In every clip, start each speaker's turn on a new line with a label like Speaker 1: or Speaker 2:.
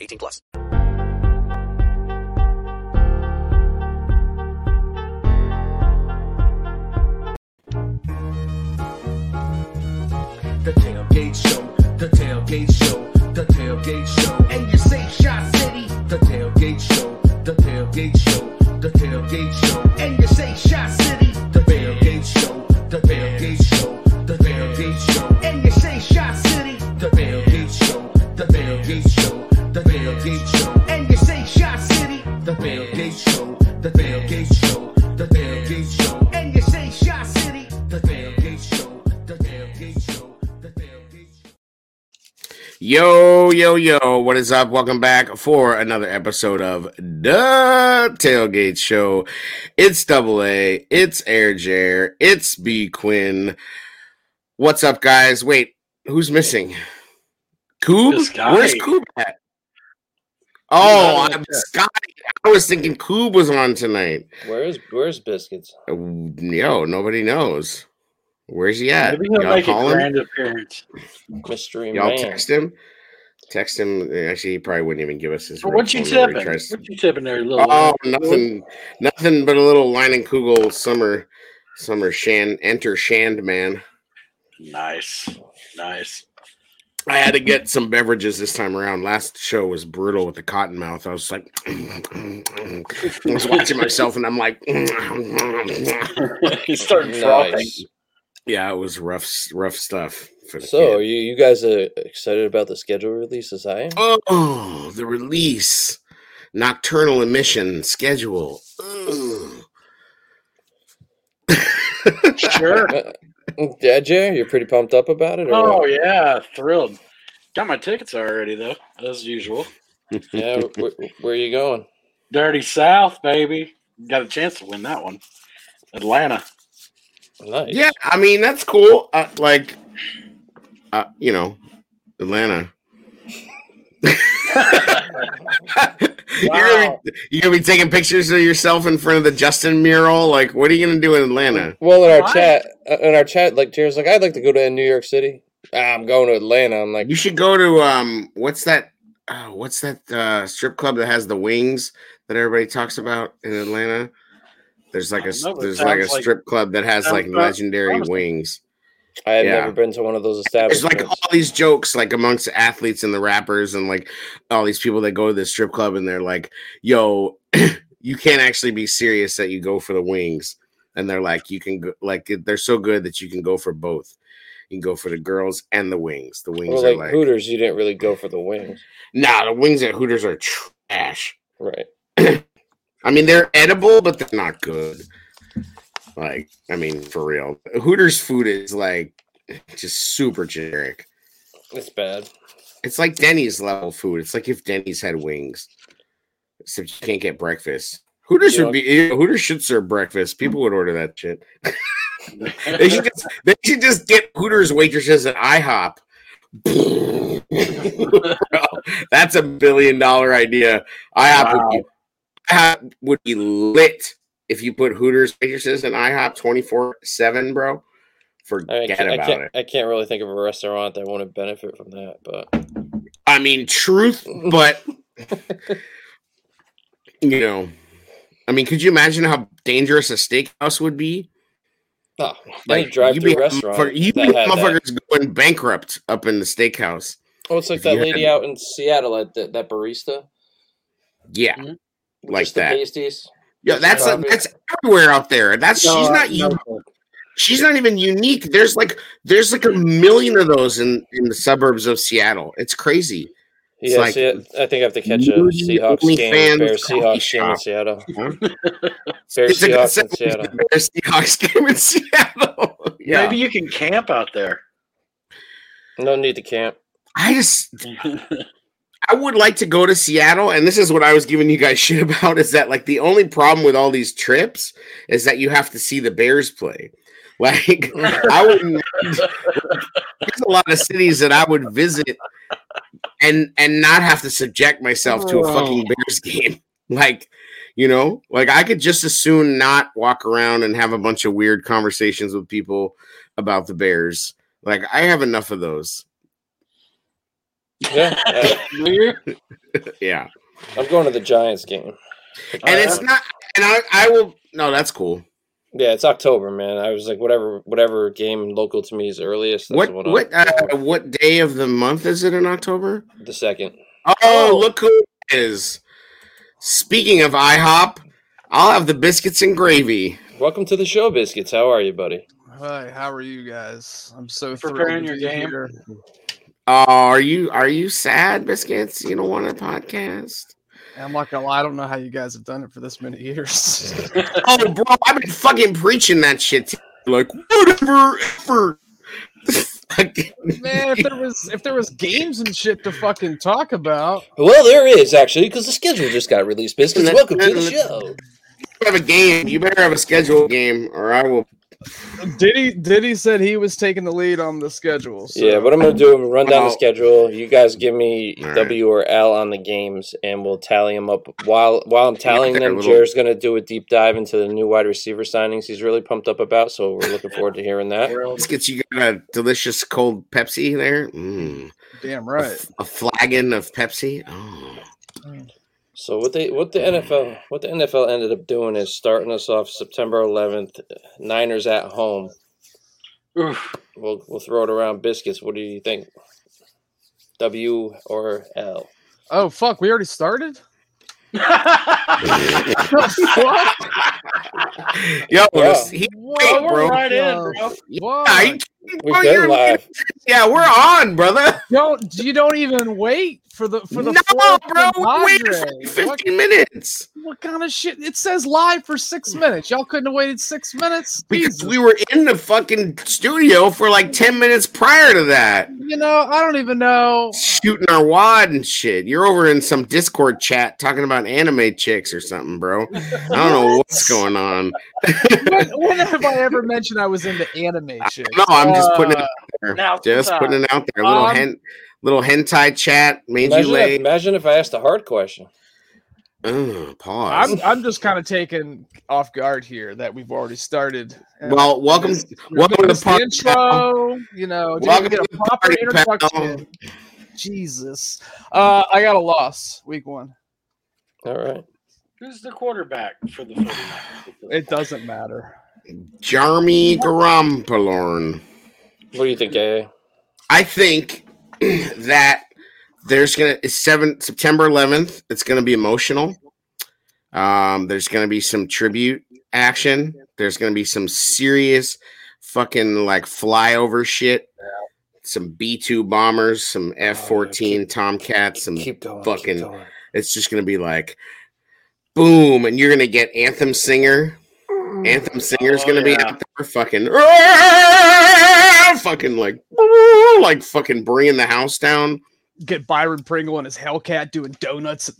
Speaker 1: 18 plus.
Speaker 2: The tailgate show, the tailgate show, the tailgate show. And you say shot city. The tailgate show, the tailgate show, the tailgate show. And you say shot city. The tailgate show, the tailgate show, the tailgate show. And you say shot city. The tailgate show, the tailgate show, the tailgate show. And you say shot city. The tailgate show, the tailgate show, the tailgate show. And you say shot city. The tailgate show, the tailgate show, the tailgate show.
Speaker 3: Yo, yo, yo, what is up? Welcome back for another episode of The Tailgate Show. It's double A, it's Air Jair, it's B Quinn. What's up, guys? Wait, who's missing? Coob?
Speaker 4: This guy.
Speaker 3: Where's Coob at? Oh,
Speaker 4: He's not on
Speaker 3: I'm
Speaker 4: the
Speaker 3: Scotty. I was thinking Coob was on tonight.
Speaker 4: Where's where's biscuits?
Speaker 3: Uh, Yo, nobody knows. Where's he at?
Speaker 5: Maybe he'll
Speaker 3: Y'all
Speaker 5: make a
Speaker 3: call him?
Speaker 5: grand appearance.
Speaker 4: Mystery
Speaker 3: Y'all
Speaker 4: man.
Speaker 3: text him. Text him. eh, Actually, he probably wouldn't even give us his.
Speaker 5: But
Speaker 3: real
Speaker 5: what you
Speaker 3: phone number. He
Speaker 5: tipping?
Speaker 3: tries-
Speaker 5: What you tipping there, little?
Speaker 3: Oh, nothing, nothing but a little line and Kugel summer, summer shan enter shand man.
Speaker 5: Nice, nice.
Speaker 3: I had to get some beverages this time around. Last show was brutal with the cotton mouth. I was like, I was watching myself, and I'm like,
Speaker 5: He's starting frothing.
Speaker 4: Nice.
Speaker 3: yeah, it was rough, s- rough stuff. For the
Speaker 4: So,
Speaker 3: kid.
Speaker 4: you you guys are excited about the schedule eh? release as I am?
Speaker 3: Oh, the release, nocturnal emission schedule. Ugh.
Speaker 5: Sure.
Speaker 4: Dad, Jerry, you're pretty pumped up about it. Or
Speaker 5: oh
Speaker 4: what?
Speaker 5: yeah, thrilled. Got my tickets already though, as usual.
Speaker 4: yeah. Where, where are you going?
Speaker 5: Dirty South, baby. Got a chance to win that one. Atlanta.
Speaker 4: Nice.
Speaker 3: Yeah, I mean that's cool. Uh, like, uh, you know, Atlanta. you're, gonna
Speaker 5: Wow.
Speaker 3: be, you're gonna be taking pictures of yourself in front of the Justin mural. Like, what are you gonna do in Atlanta?
Speaker 4: Well, in our
Speaker 5: Why?
Speaker 4: chat, uh, in our chat, like Jerry's like, I'd like to go to New York City. Ah, I'm going to Atlanta. I'm like,
Speaker 3: You should go to um, what's that? Oh, what's that uh, strip club that has the wings that everybody talks about in Atlanta? There's like a
Speaker 5: I don't know, but
Speaker 3: there's like a
Speaker 5: sounds like-
Speaker 3: strip club that has
Speaker 5: sounds
Speaker 3: like
Speaker 5: about
Speaker 3: legendary
Speaker 5: promising.
Speaker 3: wings.
Speaker 4: I have
Speaker 3: yeah.
Speaker 4: never been to one of those
Speaker 3: There's like
Speaker 4: establishments.
Speaker 3: all these jokes like amongst athletes and the rappers and like all these people that go to the strip club and they're like, "Yo, you can't actually be serious that you go for the wings." And they're like, "You can go, like it- they're so good that you can go for both. You can go for the girls and the wings. The wings
Speaker 4: well,
Speaker 3: are
Speaker 4: like,
Speaker 3: like
Speaker 4: Hooters, you didn't really go for the wings,
Speaker 3: Nah, the wings at Hooters are trash.
Speaker 4: right?
Speaker 3: I mean, they're edible, but they're not good. Like, I mean, for real, Hooters food is like just super generic.
Speaker 4: It's bad.
Speaker 3: It's like Denny's level food. It's like if Denny's had wings, except you can't get breakfast. Hooters would be eh, Hooters should serve
Speaker 4: Hmm.
Speaker 3: breakfast. People would order that shit. They should just, they should just get Hooters waitresses at IHOP. Bro, that's a billion dollar idea. IHOP would, be, IHOP would be lit if you put Hooters waitresses and IHOP twenty four seven, bro.
Speaker 4: I, mean, I
Speaker 3: Forget
Speaker 4: can't, I,
Speaker 3: about
Speaker 4: can't
Speaker 3: it.
Speaker 4: I can't really think of a restaurant that wouldn't benefit from that. But
Speaker 3: I mean, truth, but you know, I mean, could you imagine how dangerous a steakhouse would be?
Speaker 4: no,
Speaker 3: Like
Speaker 4: any drive-through
Speaker 3: you'd be
Speaker 4: restaurant,
Speaker 3: motherfucker- you'd
Speaker 4: that
Speaker 3: be
Speaker 4: had that.
Speaker 3: motherfuckers going bankrupt up in the steakhouse.
Speaker 4: Oh, it's like
Speaker 3: If
Speaker 4: that
Speaker 3: you
Speaker 4: lady
Speaker 3: had-
Speaker 4: out in Seattle at the, that barista.
Speaker 3: Yeah,
Speaker 5: Mhm.
Speaker 3: like
Speaker 4: Mm-hmm. Just
Speaker 3: that.
Speaker 4: The pasties.
Speaker 3: Yeah, that's
Speaker 4: Coffee.
Speaker 3: that's everywhere out there. That's she's
Speaker 5: Uh,
Speaker 3: not you. she's not even unique. There's like there's like a million of those in in the suburbs of Seattle. It's crazy. It's
Speaker 4: Yeah,
Speaker 3: like-
Speaker 4: see, I think I have to catch a
Speaker 3: Nudie
Speaker 4: Seahawks game.
Speaker 3: OnlyFans
Speaker 4: Bears
Speaker 3: coffee
Speaker 4: Seahawks game in
Speaker 3: shop.
Speaker 4: Seattle.
Speaker 3: Huh? it's
Speaker 4: Bears
Speaker 3: a
Speaker 4: Seahawks in
Speaker 3: good
Speaker 4: Seattle.
Speaker 3: segue. Bears Seahawks game in Seattle. yeah,
Speaker 5: Maybe you can camp out there.
Speaker 4: No need to camp.
Speaker 3: I just
Speaker 5: Oh,
Speaker 3: I would like to go to Seattle, and this is what I was giving you guys shit about is that like the only problem with all these trips is that you have to see the Bears play. Like I would there's a lot of cities that I would visit and and not have to subject myself to a fucking Bears game. Like, you know, like I could just as soon not walk around and have a bunch of weird conversations with people about the Bears. Like I have enough of those.
Speaker 4: Yeah, I-
Speaker 3: Yeah.
Speaker 4: I'm going to the Giants game.
Speaker 3: and
Speaker 5: Uh,
Speaker 3: it's not and I, I will no that's cool
Speaker 4: Yeah, it's October, man. I was like, whatever, whatever game local to me is earliest. That's
Speaker 3: what
Speaker 4: the one I'll-
Speaker 3: what uh, what day of the month is it in october
Speaker 4: the second?
Speaker 3: oh, look who it is speaking of ihop i'll have the biscuits and gravy
Speaker 4: Welcome to the show, biscuits. How are you, buddy?
Speaker 6: Hi, how are you guys? I'm so thrilled
Speaker 5: Preparing
Speaker 6: to
Speaker 5: your
Speaker 6: be
Speaker 5: game?
Speaker 6: here.
Speaker 3: uh, are you are you sad biscuits you don't want a podcast
Speaker 6: I'm not gonna lie, I don't know how you guys have done it for this many years.
Speaker 3: oh bro i've been fucking preaching that shit to you. like whatever ever. Like,
Speaker 6: Man, if there was if there was games and shit to fucking talk about,
Speaker 4: Well, there is actually because the schedule just got released. Biscuits,
Speaker 3: Let-
Speaker 4: welcome to
Speaker 3: let-
Speaker 4: the
Speaker 3: let-
Speaker 4: show.
Speaker 3: you have a game you better have a scheduled game or i will
Speaker 6: Diddy Diddy said he was taking the lead on the schedule. So
Speaker 4: Yeah, what I'm gonna do, I'm gonna run down the
Speaker 3: Well-
Speaker 4: schedule. You guys give me
Speaker 3: All right.
Speaker 4: W or L on the games, and we'll tally them up. While while I'm tallying
Speaker 3: they're a
Speaker 4: them,
Speaker 3: little-
Speaker 4: Jared's gonna do a deep dive into the new wide receiver signings. He's really pumped up about, so we're looking forward to hearing that.
Speaker 3: biscuits you got a delicious cold pepsi there mm.
Speaker 6: damn
Speaker 3: A
Speaker 6: right.
Speaker 3: f- A flagon of Pepsi. Oh.
Speaker 4: So what they what the NFL what the NFL ended up doing is starting us off September 11th, Niners at home.
Speaker 5: Oof.
Speaker 4: We'll we'll throw it around. Biscuits, what do you think? W or L?
Speaker 6: Oh fuck, we already started? what?
Speaker 3: Yo, this- he-
Speaker 5: Oh,
Speaker 3: Hey,
Speaker 5: we're
Speaker 3: bro.
Speaker 5: right in, bro.
Speaker 3: are you
Speaker 6: What?
Speaker 3: kidding?
Speaker 4: We've
Speaker 3: Bro,
Speaker 4: been
Speaker 3: you're-
Speaker 4: live.
Speaker 3: Yeah, we're on, brother.
Speaker 6: Don't you don't even wait for the for the
Speaker 3: no,
Speaker 6: fourth
Speaker 3: bro, we waited
Speaker 6: compadre.
Speaker 3: for
Speaker 6: What,
Speaker 3: 15 minutes
Speaker 6: what kind of shit? It says live for six minutes. Y'all couldn't have waited six minutes.
Speaker 3: because
Speaker 6: Jesus.
Speaker 3: we were in the fucking studio for like 10 minutes prior to that,
Speaker 6: You know, I don't even know.
Speaker 3: shooting our wad and shit. You're over in some Discord chat talking about anime chicks or something, bro. I don't know what's going on.
Speaker 6: When, when have I ever mentioned I was into anime shit?
Speaker 3: No, I'm just putting
Speaker 6: Uh,
Speaker 3: it out
Speaker 5: now
Speaker 3: there.
Speaker 5: it's
Speaker 3: Just
Speaker 5: time.
Speaker 3: putting it out there. Little
Speaker 6: Um,
Speaker 3: hen, little hentai chat made you
Speaker 4: Imagine if,
Speaker 3: late.
Speaker 4: imagine if I asked a hard question.
Speaker 3: Oh, pause.
Speaker 6: I'm, I'm just kind of taken off guard here that we've already started. And
Speaker 3: Well, welcome,
Speaker 6: Missed-
Speaker 3: welcome to
Speaker 6: missed
Speaker 3: the party. pal.
Speaker 6: intro. You know, didn't
Speaker 3: Welcome
Speaker 6: even get
Speaker 3: to
Speaker 6: a
Speaker 3: the
Speaker 6: proper
Speaker 3: party, pal.
Speaker 6: introduction. Jesus, uh, I got a loss week one.
Speaker 4: All right.
Speaker 5: Who's the quarterback for the 49ers?
Speaker 6: It doesn't matter.
Speaker 3: Jarmy Garampalorn.
Speaker 4: What do you think, AA?
Speaker 3: I think that there's gonna it's seven September 11th. It's gonna be emotional. Um, there's gonna be some tribute action. There's gonna be some serious fucking like flyover shit. Some B two bombers,
Speaker 4: Oh,
Speaker 3: some F fourteen Tomcats, some
Speaker 4: Keep going.
Speaker 3: fucking-
Speaker 4: Keep going.
Speaker 3: It's just gonna be like boom, and you're gonna get Anthem Singer. Anthem Singer's
Speaker 5: Oh,
Speaker 3: gonna be
Speaker 5: yeah.
Speaker 3: out there fucking fucking like like fucking bringing the house down.
Speaker 6: Get Byron Pringle and his Hellcat doing donuts.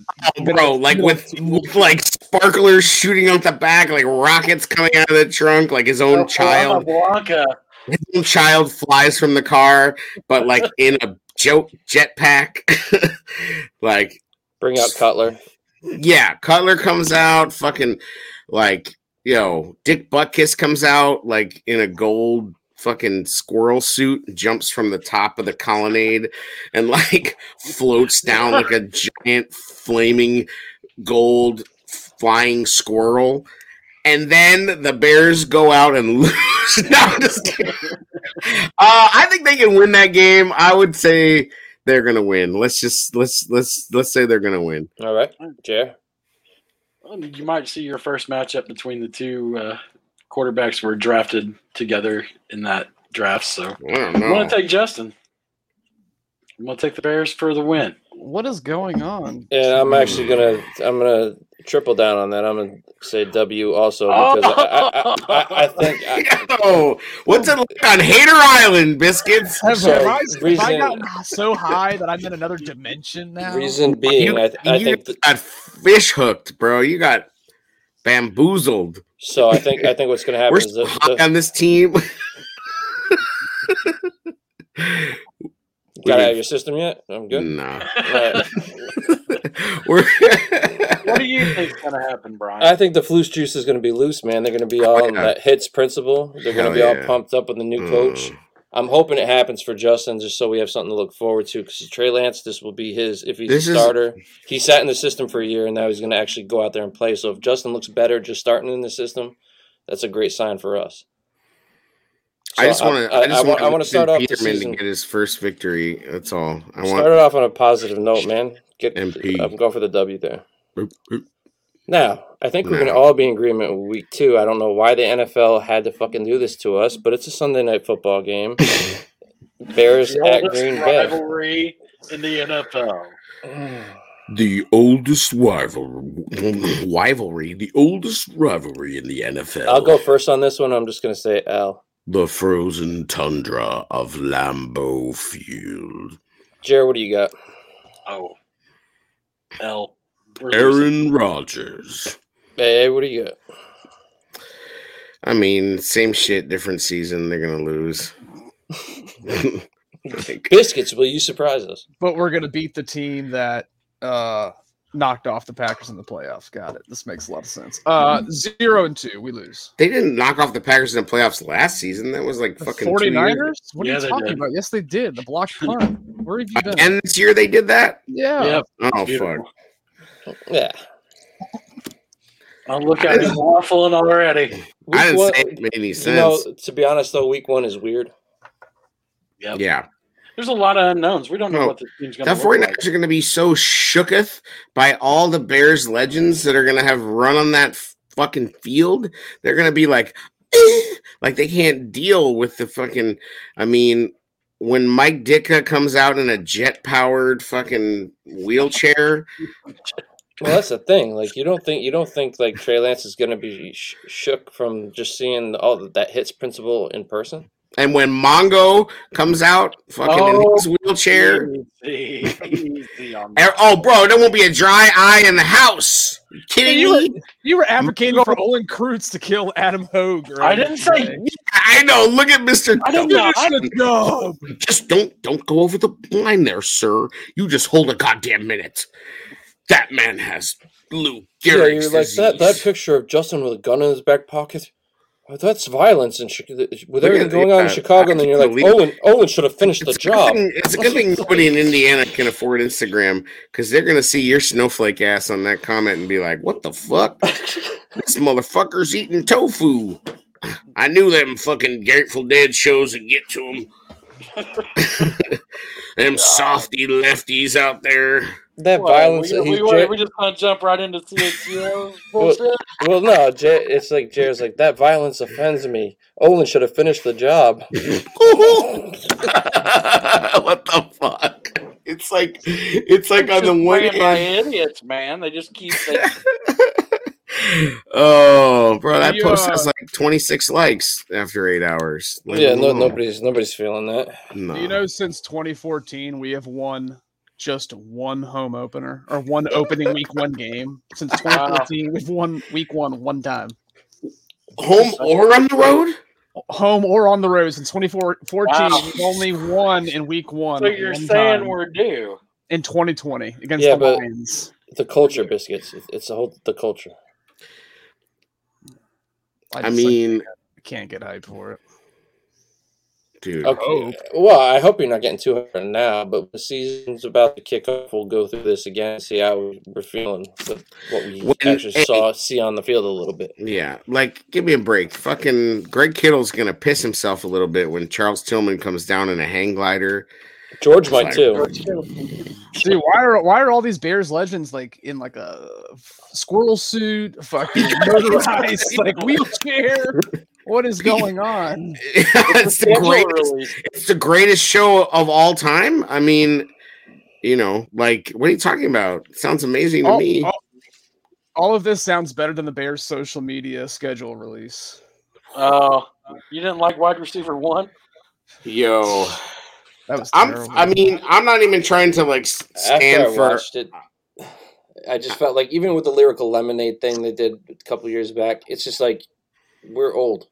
Speaker 3: Oh, bro, like with, with like sparklers shooting out the back, like rockets coming out of the trunk, like his own child.
Speaker 5: Blanca.
Speaker 3: His own child flies from the car, but like in a joke jetpack. like
Speaker 4: Bring out Cutler.
Speaker 3: Yeah, Cutler comes out, fucking like you know, Dick Butkus comes out like in a gold fucking squirrel suit, jumps from the top of the colonnade and like floats down like a giant flaming gold flying squirrel. And then the Bears go out and lose. no, I'm just kidding. Uh, I think they can win that game. I would say they're gonna win. Let's just let's let's let's say they're gonna win.
Speaker 4: All right, Jer.
Speaker 5: You might see your first matchup between the two uh, quarterbacks were drafted together in that draft. So
Speaker 3: I don't
Speaker 5: I'm
Speaker 3: know.
Speaker 5: going to take Justin. I'm going to take the Bears for the win.
Speaker 6: What is going on?
Speaker 4: Yeah, I'm actually gonna I'm gonna triple down on that. I'm gonna say W also because I, I, I, I, I think I,
Speaker 3: Yo, what's it like on Hater Island, biscuits?
Speaker 6: Have,
Speaker 4: So,
Speaker 6: have I, have I
Speaker 4: reason-
Speaker 6: gotten so high that I'm in another dimension now?
Speaker 4: reason being
Speaker 3: You,
Speaker 4: I, I
Speaker 3: you
Speaker 4: think th-
Speaker 3: got fish hooked, bro. You got bamboozled.
Speaker 4: so. I think I think what's gonna happen
Speaker 3: We're
Speaker 4: is
Speaker 3: so
Speaker 4: the,
Speaker 3: high
Speaker 4: the,
Speaker 3: on this team.
Speaker 4: got out of your system yet? I'm good.
Speaker 3: Nah.
Speaker 4: All right.
Speaker 3: We're
Speaker 5: What do you think's going to happen, Brian?
Speaker 4: I think the Fluce juice is gonna be loose, man. They're gonna be all on
Speaker 3: yeah.
Speaker 4: that hits principle. They're gonna
Speaker 3: Hell
Speaker 4: be
Speaker 3: yeah.
Speaker 4: all pumped up with the new coach.
Speaker 3: Mm.
Speaker 4: I'm hoping it happens for Justin, just so we have something to look forward to. Because Trey Lance, this will be his if he's
Speaker 3: This
Speaker 4: a
Speaker 3: is-
Speaker 4: starter. He sat in the system for a year, and now he's going to actually go out there and play. So if Justin looks better just starting in the system, that's a great sign for us.
Speaker 3: I just want to. I, just
Speaker 4: want. I
Speaker 3: want
Speaker 4: want to start off the
Speaker 3: Peterman to
Speaker 4: season.
Speaker 3: get his first victory. That's all. I
Speaker 4: Start
Speaker 3: want.
Speaker 4: it off on a positive note, man. Get.
Speaker 3: MP.
Speaker 4: I'm going for the W there. Now, I think we're going to all be in agreement with week two. I don't know why the NFL had to fucking do this to us, but it's a Sunday night football game. Bears
Speaker 5: The
Speaker 4: at
Speaker 5: oldest
Speaker 4: Green Bay.
Speaker 5: rivalry in the NFL.
Speaker 3: The oldest rivalry, rivalry, the oldest rivalry in the NFL.
Speaker 4: I'll go first on this one. I'm just going to say L.
Speaker 3: The frozen tundra of Lambeau Field.
Speaker 4: Jer, what do you got?
Speaker 5: Oh, L. We're losing.
Speaker 3: Aaron Rodgers.
Speaker 4: Hey, what do you got?
Speaker 3: I mean, same shit, different season. They're gonna lose. Like,
Speaker 4: Biscuits, will you surprise us?
Speaker 6: But we're gonna beat the team that uh, knocked off the Packers in the playoffs. Got it. This makes a lot of sense. Uh, zero and two, we lose.
Speaker 3: they didn't knock off the Packers in the playoffs last season. That was like
Speaker 6: The
Speaker 3: fucking two years-
Speaker 6: 49ers? What are
Speaker 5: Yeah,
Speaker 6: you
Speaker 5: they
Speaker 6: talking
Speaker 5: did.
Speaker 6: about? Yes, they did. The block punt. Where have you been?
Speaker 3: And this year they did that.
Speaker 6: yeah.
Speaker 5: Yep.
Speaker 3: Oh fuck.
Speaker 5: Beautiful.
Speaker 4: Yeah.
Speaker 5: Oh, look at him waffling already.
Speaker 4: Week
Speaker 3: I didn't
Speaker 4: one-
Speaker 3: say it made any sense.
Speaker 4: you know, to be honest though, week one is weird.
Speaker 5: Yep.
Speaker 3: yeah.
Speaker 5: There's a lot of unknowns. We don't know
Speaker 3: No,
Speaker 5: what the team's going
Speaker 3: The
Speaker 5: to look like.
Speaker 3: 49ers are going to be so shooketh by all the Bears legends that are going to have run on that f- fucking field. They're going to be like, "Eh," like they can't deal with the fucking. I mean, when Mike Ditka comes out in a jet powered fucking wheelchair,
Speaker 4: Well, that's the thing. Like, you don't think you don't think like Trey Lance is going to be sh- shook from just seeing all the, that hits principle in person.
Speaker 3: and when Mongo comes out fucking in
Speaker 5: Oh,
Speaker 3: his wheelchair.
Speaker 5: Easy, easy on
Speaker 3: Eh,
Speaker 5: that.
Speaker 3: Oh, bro, there won't be a dry eye in the house. You kidding
Speaker 6: You
Speaker 3: me?
Speaker 6: were, you were advocating for Olin Krutz to kill Adam Hogue.
Speaker 5: I
Speaker 6: Right?
Speaker 5: didn't say.
Speaker 3: I know. Look at Mister.
Speaker 5: I don't know. I,
Speaker 3: just don't don't go over the line there, sir. You just hold a goddamn minute. That man has Lou
Speaker 4: Yeah,
Speaker 3: Gehrig's
Speaker 4: you're like that. That
Speaker 3: disease.
Speaker 4: picture of Justin with a gun in his back pocket. well, That's violence and
Speaker 3: at-
Speaker 4: with everything going on
Speaker 3: yeah,
Speaker 4: in Chicago. And then you're
Speaker 3: I
Speaker 4: like,
Speaker 3: believe-
Speaker 4: Owen, Owen should have finished the
Speaker 3: it's a good
Speaker 4: job.
Speaker 3: thing- it's a good thing nobody in Indiana can afford Instagram because they're gonna see your snowflake ass on that comment and be like, "What the fuck? this motherfucker's eating tofu." I knew them fucking Grateful Dead shows would get to him. them softy lefties out there.
Speaker 4: That
Speaker 5: Well,
Speaker 4: violence.
Speaker 5: We,
Speaker 4: that he's
Speaker 5: we- we
Speaker 4: Jer-
Speaker 5: just want to jump right into CXCO
Speaker 4: Well,
Speaker 5: bullshit.
Speaker 4: well, no, Jer, it's like Jer's like that violence offends me. Olin should have finished the job.
Speaker 3: what the fuck? It's like it's like on
Speaker 5: Just
Speaker 3: the one
Speaker 5: playing by
Speaker 3: hand.
Speaker 5: idiots, man. They just keep. They,
Speaker 3: Oh, bro, that
Speaker 6: You,
Speaker 3: post
Speaker 6: uh,
Speaker 3: has like 26 likes after eight hours. Leave
Speaker 4: Yeah,
Speaker 3: it
Speaker 4: no,
Speaker 3: alone.
Speaker 4: nobody's nobody's feeling that.
Speaker 3: No.
Speaker 6: Do you know since 2014 we have won just one home opener or one opening week one game since 2014 we've won week one one time
Speaker 3: home or on the road?
Speaker 6: home or on the road since 2014
Speaker 5: Wow.
Speaker 6: we've only won in week one
Speaker 5: so you're
Speaker 6: one
Speaker 5: saying
Speaker 6: time
Speaker 5: we're due?
Speaker 6: in 2020 against
Speaker 4: Yeah,
Speaker 6: the
Speaker 4: but-
Speaker 6: lions
Speaker 4: The culture biscuits. It's, it's the whole the culture.
Speaker 3: I
Speaker 6: just, like,
Speaker 3: mean,
Speaker 6: can't get hyped for it
Speaker 3: dude.
Speaker 4: Okay. Well, I hope you're not getting too hard now, but the season's about to kick off. We'll go through this again and see how we're feeling with what we
Speaker 3: When-
Speaker 4: actually
Speaker 3: hey.
Speaker 4: saw see on the field a little bit.
Speaker 3: Yeah, like give me a break. Fucking Greg Kittle's gonna piss himself a little bit when Charles Tillman comes down in a hang glider
Speaker 4: George might too.
Speaker 6: Dude, why are why are all these Bears legends like in like a f- squirrel suit, fucking motorized, like wheelchair? What is going on?
Speaker 3: it's, the
Speaker 4: schedule
Speaker 3: greatest,
Speaker 4: release.
Speaker 3: it's the greatest show of all time. I mean, you know, like, what are you talking about? sounds amazing to
Speaker 6: All,
Speaker 3: me.
Speaker 6: all- all of this sounds better than the Bears' social media schedule release.
Speaker 5: Oh, you didn't like wide receiver one?
Speaker 3: Yo,
Speaker 6: That was
Speaker 3: I'm.
Speaker 6: terrible.
Speaker 3: I mean, I'm not even trying to like s-
Speaker 4: After I
Speaker 3: stand for.
Speaker 4: watched it, I just felt like even with the lyrical lemonade thing they did a couple years back, it's just like we're old.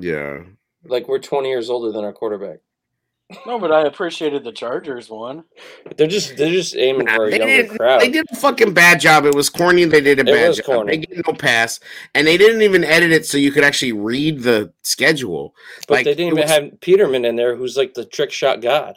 Speaker 3: Yeah,
Speaker 4: Like we're 20 years older than our quarterback.
Speaker 5: No, but I appreciated the Chargers one.
Speaker 4: They're just they're just aiming for a
Speaker 3: they
Speaker 4: younger
Speaker 3: did.
Speaker 4: crowd.
Speaker 3: They did a fucking bad job. It was corny. They did a
Speaker 4: It
Speaker 3: bad
Speaker 4: was
Speaker 3: job.
Speaker 4: corny.
Speaker 3: They get no pass, and they didn't even edit it so you could actually read the schedule.
Speaker 4: but
Speaker 3: like,
Speaker 4: they didn't
Speaker 3: it
Speaker 4: even
Speaker 3: was-
Speaker 4: have Peterman in there, who's like the trick shot god.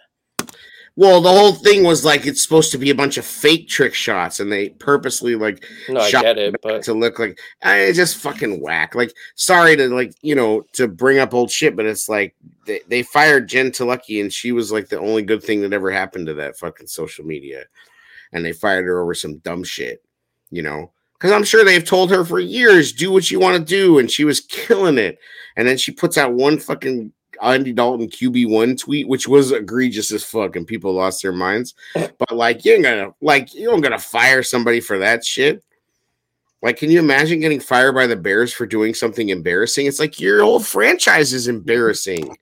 Speaker 3: Well, the whole thing was like it's supposed to be a bunch of fake trick shots, and they purposely like
Speaker 4: No, I
Speaker 3: Shot
Speaker 4: get it, but
Speaker 3: to look like I it's just fucking whack. Like, sorry to like you know to bring up old shit, but it's like they, they fired Jen Telucky, and she was like the only good thing that ever happened to that fucking social media, and they fired her over some dumb shit, you know. Because I'm sure they've told her for years, do what you want to do, and she was killing it. And then she puts out one fucking Andy Dalton QB one tweet, which was egregious as fuck, and people lost their minds. But like, you ain't gonna like you don't gonna fire somebody for that shit. Like, can you imagine getting fired by the Bears for doing something embarrassing? It's like your whole franchise is embarrassing.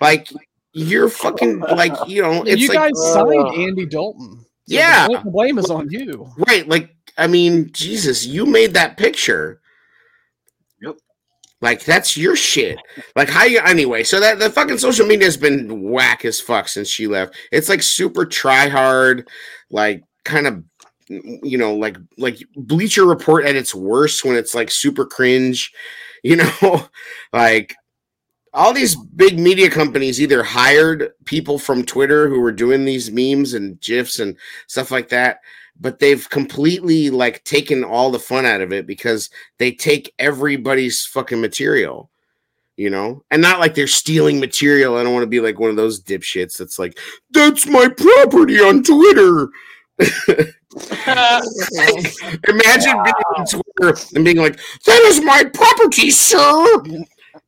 Speaker 3: like you're fucking like you know it's
Speaker 6: you
Speaker 3: like
Speaker 6: guys
Speaker 5: uh,
Speaker 6: signed Andy Dalton. So the
Speaker 3: Yeah.
Speaker 6: blame- the blame is on you.
Speaker 3: right like I mean Jesus, you made that picture.
Speaker 5: Yep.
Speaker 3: Like that's your shit. Like how you anyway? So that the fucking social media has been whack as fuck since she left. It's like super try hard, like kind of you know like like Bleacher Report at its worst when it's like super cringe, you know, like. All these big media companies either hired people from Twitter who were doing these memes and gifs and stuff like that, but they've completely like taken all the fun out of it because they take everybody's fucking material, you know, and not like they're stealing material. I don't want to be like one of those dipshits that's like, that's my property on Twitter. Imagine being on Twitter and being like, that is my property, sir.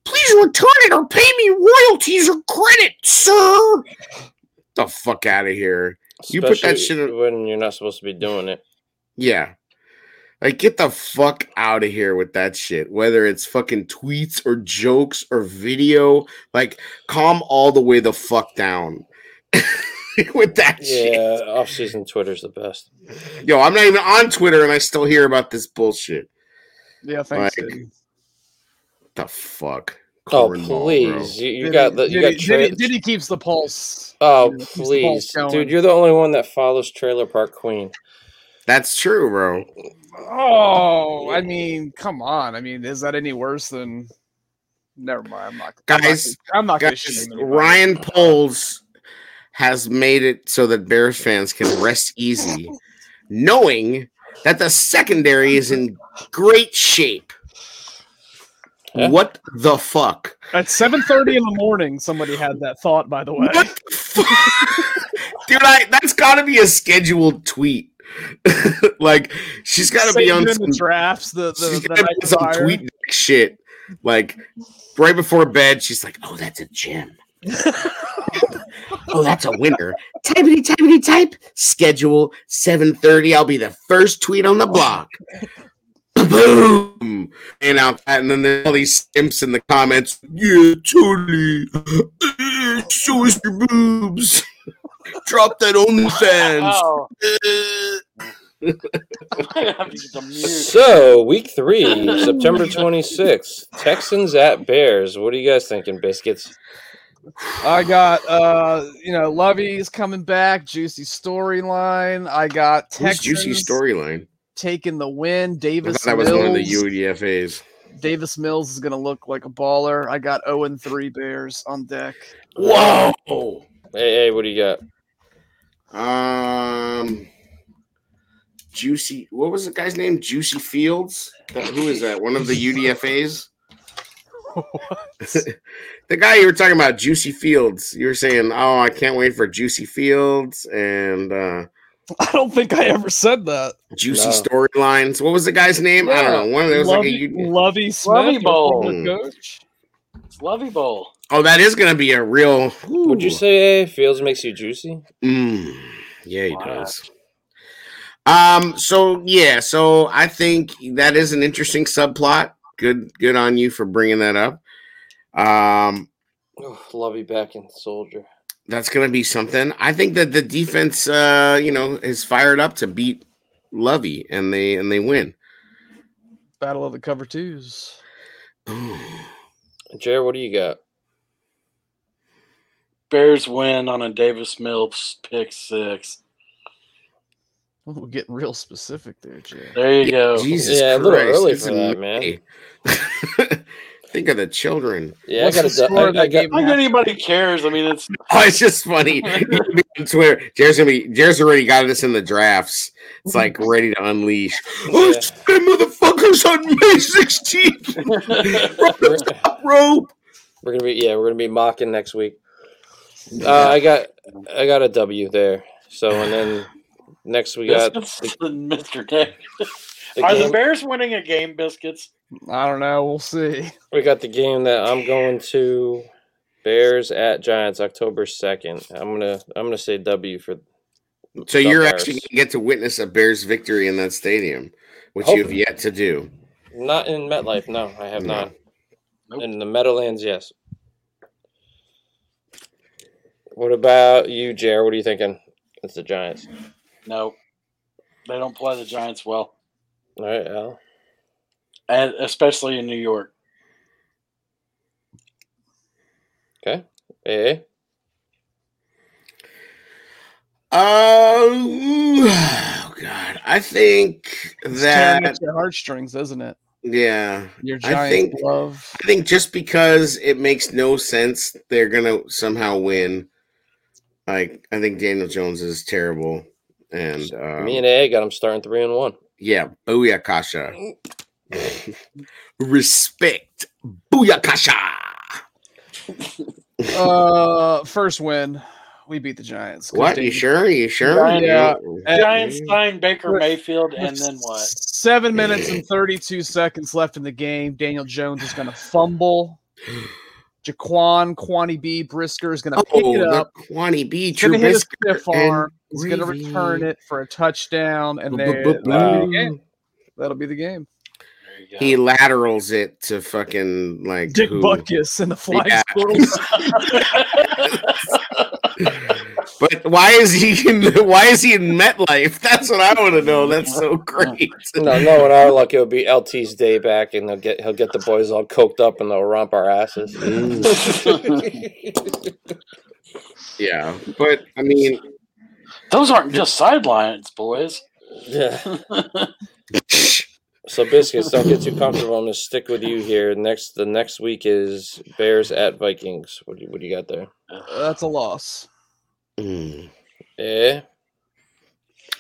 Speaker 3: Please return it or pay me royalties or credit, sir. The fuck out of here. You put that
Speaker 4: especially
Speaker 3: shit in-
Speaker 4: when you're not supposed to be doing it.
Speaker 3: Yeah. Like, get the fuck out of here with that shit. Whether it's fucking tweets or jokes or video, like, calm all the way the fuck down with that shit.
Speaker 4: Yeah, off season Twitter's the best.
Speaker 3: Yo, I'm not even on Twitter and I still hear about this bullshit.
Speaker 6: Yeah, thanks.
Speaker 3: Like,
Speaker 6: Diddy.
Speaker 3: The fuck.
Speaker 4: Oh
Speaker 3: Cornball, bro.
Speaker 4: please, you, you
Speaker 6: Diddy-
Speaker 4: got the you
Speaker 6: Diddy-
Speaker 4: got tra-
Speaker 6: Diddy- Diddy keeps the pulse.
Speaker 4: Oh
Speaker 6: Keeps the
Speaker 4: please,
Speaker 6: pulse going.
Speaker 4: dude! You're the only one that follows Trailer Park Queen.
Speaker 3: That's true, bro.
Speaker 6: Oh, I mean, come on. I mean, is that any worse than? Never mind. I'm not. I'm not
Speaker 3: Guys,
Speaker 6: gonna- I'm not going to
Speaker 3: Guys,
Speaker 6: shoot anybody.
Speaker 3: Ryan Poles has made it so that Bears fans can rest easy, knowing that the secondary is in great shape.
Speaker 4: Yeah.
Speaker 3: What the fuck?
Speaker 6: At 7:30 in the morning, somebody had that thought. By the way,
Speaker 3: What the fuck? Dude, I, that's gotta be a scheduled tweet. like, she's gotta
Speaker 6: Satan
Speaker 3: be on
Speaker 6: in
Speaker 3: some
Speaker 6: the drafts. The
Speaker 3: she's
Speaker 6: the, the
Speaker 3: gonna
Speaker 6: night
Speaker 3: put some
Speaker 6: prior.
Speaker 3: tweet deck shit. Like right before bed, she's like, "Oh, that's a gym. oh, that's a winner. Typity typity type. Schedule seven thirty. I'll be the first tweet on the block." Boom! And out that, and then there's all these simps in the comments. Yeah, totally. Show us your boobs. Drop that OnlyFans.
Speaker 5: Oh,
Speaker 3: Uh,
Speaker 5: I'm gonna have to get the mute.
Speaker 4: So week three, September 26th, Texans at Bears. What are you guys thinking, biscuits?
Speaker 6: I got uh, you know, Lovey's coming back. Juicy storyline. I got
Speaker 3: who's
Speaker 6: Texans
Speaker 3: juicy storyline?
Speaker 6: taking the win.
Speaker 3: I
Speaker 6: Davis
Speaker 3: thought that was one of the E
Speaker 6: Mills.
Speaker 3: UDFA's.
Speaker 6: Davis Mills is going to look like a baller. I got 0 and 3 Bears on deck.
Speaker 3: Whoa.
Speaker 4: Hey, hey, what do you got?
Speaker 3: Um, Juicy. What was the guy's name? Juicy Fields. That- who is that? One of the UDFA's. the guy you were talking about, Juicy Fields. You were saying, "Oh, I can't wait for Juicy Fields and uh,
Speaker 6: I don't think I ever said that.
Speaker 3: Juicy Storylines." What was the guy's name? I don't know. One of those like a.
Speaker 6: Lovey,
Speaker 3: you-
Speaker 6: Lovey Smith,
Speaker 5: Lovey
Speaker 6: your
Speaker 5: Bowl.
Speaker 6: former coach.
Speaker 5: It's Lovey Bowl.
Speaker 3: oh, that is gonna be a real.
Speaker 4: Would you say Fields makes you juicy?
Speaker 3: Mm, yeah, he
Speaker 5: Wow.
Speaker 3: does. Um. So yeah. So I think that is an interesting subplot. Good. Good on you for bringing that up. Um.
Speaker 4: Oh, Lovey back in Soldier.
Speaker 3: That's gonna be something. I think that the defense, uh, you know, is fired up to beat Lovey, and they and they win.
Speaker 6: Battle of the cover twos.
Speaker 4: Jared, what do you got?
Speaker 5: Bears win on a Davis Mills pick six.
Speaker 6: Ooh, We're getting real specific there, Jay.
Speaker 5: There you go.
Speaker 3: Jesus
Speaker 4: Yeah, a
Speaker 3: Christ!
Speaker 4: little early
Speaker 3: it's
Speaker 4: for
Speaker 3: in
Speaker 4: that, man.
Speaker 3: May. think of the children.
Speaker 4: Yeah,
Speaker 6: What's
Speaker 4: I got
Speaker 6: the
Speaker 4: a. du-
Speaker 6: score
Speaker 4: I-
Speaker 6: of
Speaker 4: I
Speaker 6: that
Speaker 4: got-
Speaker 6: game?
Speaker 5: I think anybody cares. I mean, it's
Speaker 3: Oh, it's just funny. You'll be on Twitter, Jared's gonna be Jared's already got us in the drafts. It's like ready to unleash. Oh,
Speaker 4: Yeah.
Speaker 3: shit, motherfuckers on May 16th. Run the top rope.
Speaker 4: We're gonna be yeah, we're gonna be mocking next week. Uh, I got I got a W there. So and then next we got
Speaker 5: biscuits and Mr. Nick.
Speaker 4: the
Speaker 5: Are the
Speaker 4: game,
Speaker 5: Bears winning a game, biscuits?
Speaker 6: I don't know. We'll see.
Speaker 4: we got the game that I'm going to Bears at Giants October second. I'm gonna I'm gonna say W for
Speaker 3: So you're
Speaker 4: Bears.
Speaker 3: actually gonna get to witness a Bears victory in that stadium, which you have yet to do.
Speaker 4: not in MetLife. No, I have
Speaker 3: No.
Speaker 4: not.
Speaker 5: Nope.
Speaker 4: In the Meadowlands, yes. What about you, Jer? What are you thinking? It's the Giants.
Speaker 5: No. They don't play the Giants well,
Speaker 4: All right, Al.
Speaker 5: and especially in New York.
Speaker 4: Okay. Hey.
Speaker 3: Uh, ooh, oh god, I think
Speaker 6: It's tearing
Speaker 3: that
Speaker 6: at your heartstrings, isn't it?
Speaker 3: yeah.
Speaker 6: Your
Speaker 3: I
Speaker 6: giant
Speaker 3: think-
Speaker 6: love.
Speaker 3: I think just because it makes no sense, they're gonna somehow win. Like I think Daniel Jones is terrible, and um,
Speaker 4: Me and A got them starting three and one.
Speaker 3: yeah, booyah Kasha. Respect, booyah Kasha.
Speaker 6: Uh, first win. We beat the Giants.
Speaker 3: What? You
Speaker 6: Continue.
Speaker 3: sure? You sure?
Speaker 6: Yeah.
Speaker 5: Giants sign Baker
Speaker 6: With-
Speaker 5: Mayfield,
Speaker 6: With
Speaker 5: and then what?
Speaker 6: Seven minutes and 32 seconds left in the game. Daniel Jones is going to fumble. Jaquan, Quani B, Brisker is going to pick
Speaker 3: Oh,
Speaker 6: it
Speaker 3: the
Speaker 6: up.
Speaker 3: Quani B.
Speaker 6: He's going to uh, hit his
Speaker 3: Trubisky
Speaker 6: stiff
Speaker 3: and
Speaker 6: arm. He's going to return
Speaker 3: Greavy.
Speaker 6: it for a touchdown, and
Speaker 3: Bu-
Speaker 6: they,
Speaker 3: bu- bu-
Speaker 6: that'll, be
Speaker 4: bu-
Speaker 6: the game. that'll be the game.
Speaker 5: There you go.
Speaker 3: He laterals it to fucking like
Speaker 6: Dick
Speaker 3: who?
Speaker 6: Buckus and the Flying
Speaker 3: Yeah.
Speaker 6: Squirrels.
Speaker 3: But why is he in why is he in MetLife? That's what I want to know. That's so great.
Speaker 4: No, no, in our luck, it'll be LT's day back, and they'll get he'll get the boys all coked up, and they'll romp our asses.
Speaker 3: Yeah, but I mean,
Speaker 5: Those aren't just sidelines, boys.
Speaker 4: yeah. So biscuits, don't get too comfortable. I'm gonna stick with you here. Next, the next week is Bears at Vikings. What do you, what do you got there?
Speaker 6: That's a loss.
Speaker 3: mm,
Speaker 4: Yeah,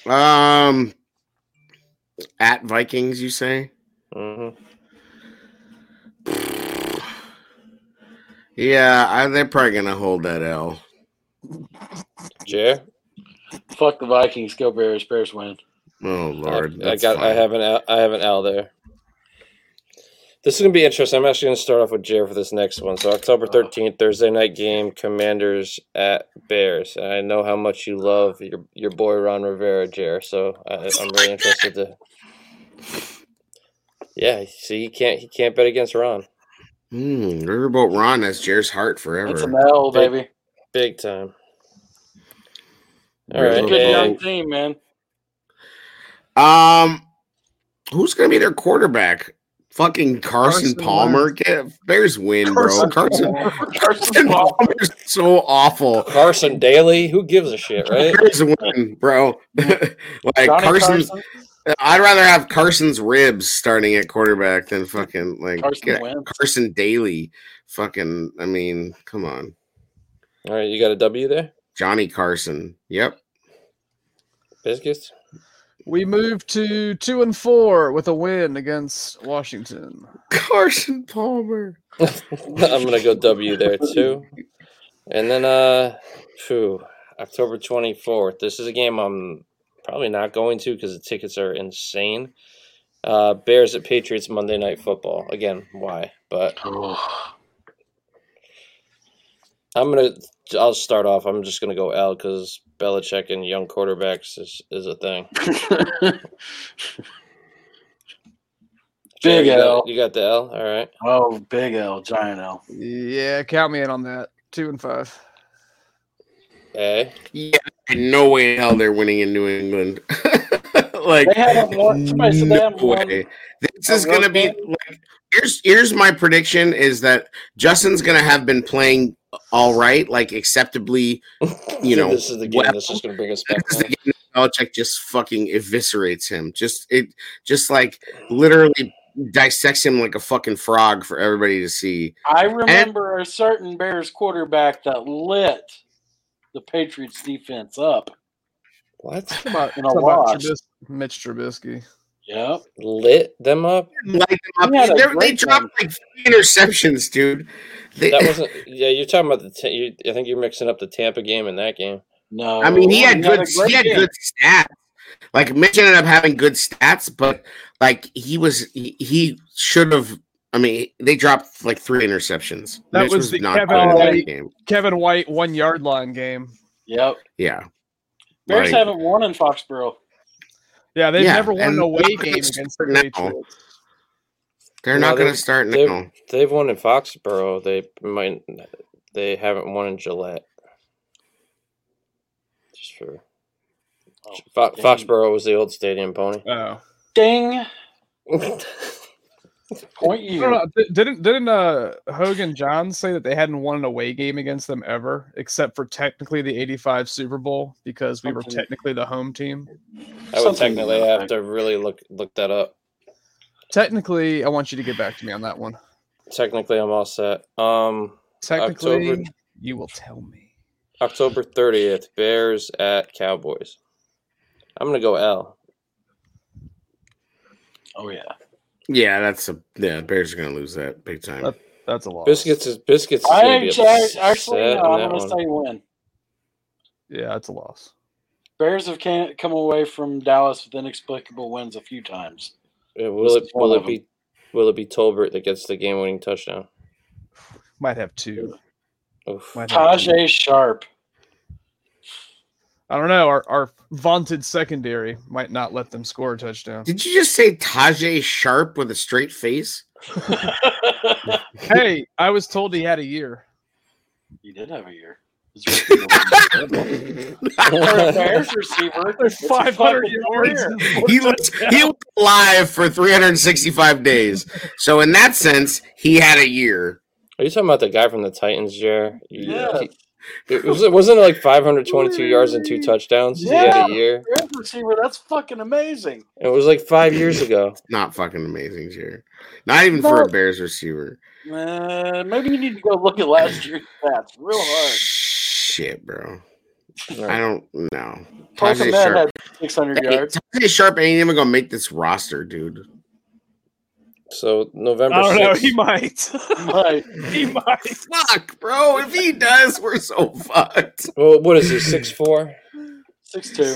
Speaker 3: um, at Vikings, you say?
Speaker 4: hmm
Speaker 3: Yeah, I, they're probably gonna hold that L.
Speaker 4: Jer,
Speaker 5: Fuck the Vikings. Go Bears. Bears win.
Speaker 3: Oh lord,
Speaker 4: I, I
Speaker 3: that's
Speaker 4: got. I
Speaker 3: fine.
Speaker 4: have an. L- I have an L there. This is gonna be interesting. I'm actually gonna start off with Jer for this next one. So October
Speaker 3: Oh.
Speaker 4: 13th, Thursday night game, Commanders at Bears. And I know how much you love your your boy Ron Rivera, Jer. So I, I'm really interested to. Yeah, see, he can't he can't bet against Ron.
Speaker 3: Mm, Riverboat Ron has Jer's heart
Speaker 5: It's
Speaker 3: forever.
Speaker 5: an L, baby.
Speaker 4: Big time. All
Speaker 3: Really
Speaker 4: right.
Speaker 5: Good young
Speaker 4: And,
Speaker 5: team, man.
Speaker 3: Um, who's gonna be their quarterback? Fucking Carson,
Speaker 6: Carson
Speaker 3: Palmer. Get, Bears win, bro.
Speaker 6: Carson
Speaker 3: Carson, Carson
Speaker 5: Palmer.
Speaker 3: Palmer's so awful.
Speaker 4: Carson Daly, who gives a shit, right?
Speaker 3: Bears win, bro. like
Speaker 5: Johnny
Speaker 3: Carson's,
Speaker 5: Carson,
Speaker 3: I'd rather have Carson's ribs starting at quarterback than fucking like
Speaker 5: Carson
Speaker 3: get
Speaker 5: wins.
Speaker 3: Carson Daly. Fucking, I mean, come on,
Speaker 4: All right, you got a W there,
Speaker 3: Johnny Carson. Yep.
Speaker 4: biscuits.
Speaker 6: We move to two and four with a win against Washington.
Speaker 3: Carson Palmer.
Speaker 4: I'm gonna go W there too. And then uh phew, October 24th. This is a game I'm probably not going to because the tickets are insane. Uh Bears at Patriots Monday night football. Again, why? But
Speaker 5: Oh,
Speaker 4: I'm gonna I'll start off. I'm just gonna go L because Belichick and young quarterbacks is, is a thing.
Speaker 5: Big
Speaker 4: you got-
Speaker 5: L.
Speaker 4: You got the L? All right.
Speaker 5: oh, big L, giant L.
Speaker 6: Yeah, count me in on that. Two and five.
Speaker 4: A.
Speaker 3: Yeah, no way in hell they're winning in New England. like
Speaker 5: They haven't won. Somebody said they
Speaker 3: no
Speaker 5: haven't won.
Speaker 3: way. This is
Speaker 5: a road
Speaker 3: gonna be
Speaker 5: game?
Speaker 3: like here's here's my prediction is that Justin's gonna have been playing all right, like acceptably. You
Speaker 4: Dude,
Speaker 3: know,
Speaker 4: this is the game
Speaker 3: well,
Speaker 4: that's just gonna bring us back.
Speaker 3: This is the game that Belichick just fucking eviscerates him. Just it, just like literally dissects him like a fucking frog for everybody to see.
Speaker 5: I remember a certain Bears quarterback that lit the Patriots defense up
Speaker 4: What?
Speaker 6: Come on,
Speaker 5: in a
Speaker 6: come on,
Speaker 5: loss.
Speaker 6: Trubis- Mitch Trubisky.
Speaker 5: Yep.
Speaker 4: Lit them up?
Speaker 3: Light them up.
Speaker 5: He had a
Speaker 3: They- They,
Speaker 5: great
Speaker 3: dropped like three interceptions, dude. They,
Speaker 4: That wasn't. Yeah, you're talking about the. Ta- you, I think you're mixing up the Tampa game and that game.
Speaker 5: No.
Speaker 3: I mean, he had
Speaker 5: a
Speaker 3: good
Speaker 5: great
Speaker 3: he had
Speaker 5: game.
Speaker 3: good stats. Like Mitch ended up having good stats, but like he was he, he should have. I mean, they dropped like three interceptions.
Speaker 6: That
Speaker 3: Mitch
Speaker 6: was the Kevin
Speaker 3: good in that
Speaker 6: White-
Speaker 3: game.
Speaker 6: Kevin White one yard line game.
Speaker 5: Yep.
Speaker 3: Yeah,
Speaker 5: Bears
Speaker 3: Like-
Speaker 5: haven't won in Foxborough.
Speaker 6: Yeah, they've
Speaker 3: Yeah,
Speaker 6: never won an
Speaker 3: and
Speaker 6: away
Speaker 3: not
Speaker 6: game
Speaker 3: against
Speaker 6: against the
Speaker 3: now.
Speaker 6: Patriots.
Speaker 3: they're
Speaker 4: No,
Speaker 3: not going
Speaker 4: they-
Speaker 3: to start
Speaker 4: they-
Speaker 3: now.
Speaker 4: They've won in Foxborough. They might. They haven't won in Gillette. Just for
Speaker 5: Oh,
Speaker 4: Fo-
Speaker 5: dang.
Speaker 4: Foxborough was the old stadium, Pony.
Speaker 6: Oh,
Speaker 5: Ding. Point
Speaker 6: I
Speaker 5: you.
Speaker 6: don't know. Di- Didn't didn't uh, Hogan John say that they hadn't won an away game against them ever, except for technically the '85 Super Bowl because we were
Speaker 5: Something-
Speaker 6: technically the home team.
Speaker 4: I would
Speaker 5: Something
Speaker 4: technically
Speaker 5: like
Speaker 4: have
Speaker 5: that.
Speaker 4: to really look look that up.
Speaker 6: Technically, I want you to get back to me on that one.
Speaker 4: Technically, I'm all set. Um,
Speaker 6: Technically, you will tell me.
Speaker 4: October 30th, Bears at Cowboys. I'm gonna go L.
Speaker 5: Oh yeah.
Speaker 3: Yeah, that's a yeah. Bears are going to lose that big time.
Speaker 4: Uh,
Speaker 6: That- That's a lot.
Speaker 4: Biscuits is biscuits. Is gonna
Speaker 5: I
Speaker 4: be
Speaker 5: actually,
Speaker 4: upset
Speaker 5: actually no,
Speaker 4: on that
Speaker 5: I'm gonna
Speaker 4: one.
Speaker 5: say win.
Speaker 6: Yeah, that's a loss.
Speaker 5: Bears have can't come away from Dallas with inexplicable wins a few times.
Speaker 4: Yeah, will
Speaker 5: This
Speaker 4: it
Speaker 5: is one
Speaker 4: will
Speaker 5: of
Speaker 4: it be will it be Tolbert that gets the game winning touchdown?
Speaker 6: Might have two.
Speaker 4: Oof.
Speaker 6: Might have two.
Speaker 5: Tajay Sharp.
Speaker 6: I don't know. Our, our vaunted secondary might not let them score a touchdown.
Speaker 3: Did you just say Tajay Sharp with a straight face?
Speaker 6: hey, I was told he had a year.
Speaker 5: he did have a year. He's really good. For a Bears receiver, it's a
Speaker 6: 500
Speaker 5: fucking
Speaker 6: yards.
Speaker 5: career.
Speaker 3: he was he was alive for 365 days. So in that sense, he had a year.
Speaker 4: Are you talking about the guy from the Titans, Jer? You-
Speaker 5: Yeah.
Speaker 4: he- it was, wasn't it like 522 yards and two touchdowns? He had a
Speaker 5: Yeah.
Speaker 4: year.
Speaker 5: Bears receiver, that's fucking amazing.
Speaker 4: It was like five years ago.
Speaker 3: Not fucking amazing, Jared. Not even for a
Speaker 5: No.
Speaker 3: Bears receiver.
Speaker 5: Uh, maybe you need to go look at last year's stats real hard.
Speaker 3: Shit, bro.
Speaker 4: No.
Speaker 3: I don't know.
Speaker 5: Parker
Speaker 3: Tajay
Speaker 5: Mann
Speaker 3: Sharp.
Speaker 5: had 600
Speaker 3: Hey,
Speaker 5: yards.
Speaker 3: Tajay Sharp ain't even gonna make this roster, dude.
Speaker 4: So November.
Speaker 6: I don't know.
Speaker 4: 6th
Speaker 6: He might.
Speaker 5: Right.
Speaker 6: he might.
Speaker 3: Fuck, bro. If he does, we're so fucked.
Speaker 4: Well, what is he? Six four?
Speaker 5: Six two.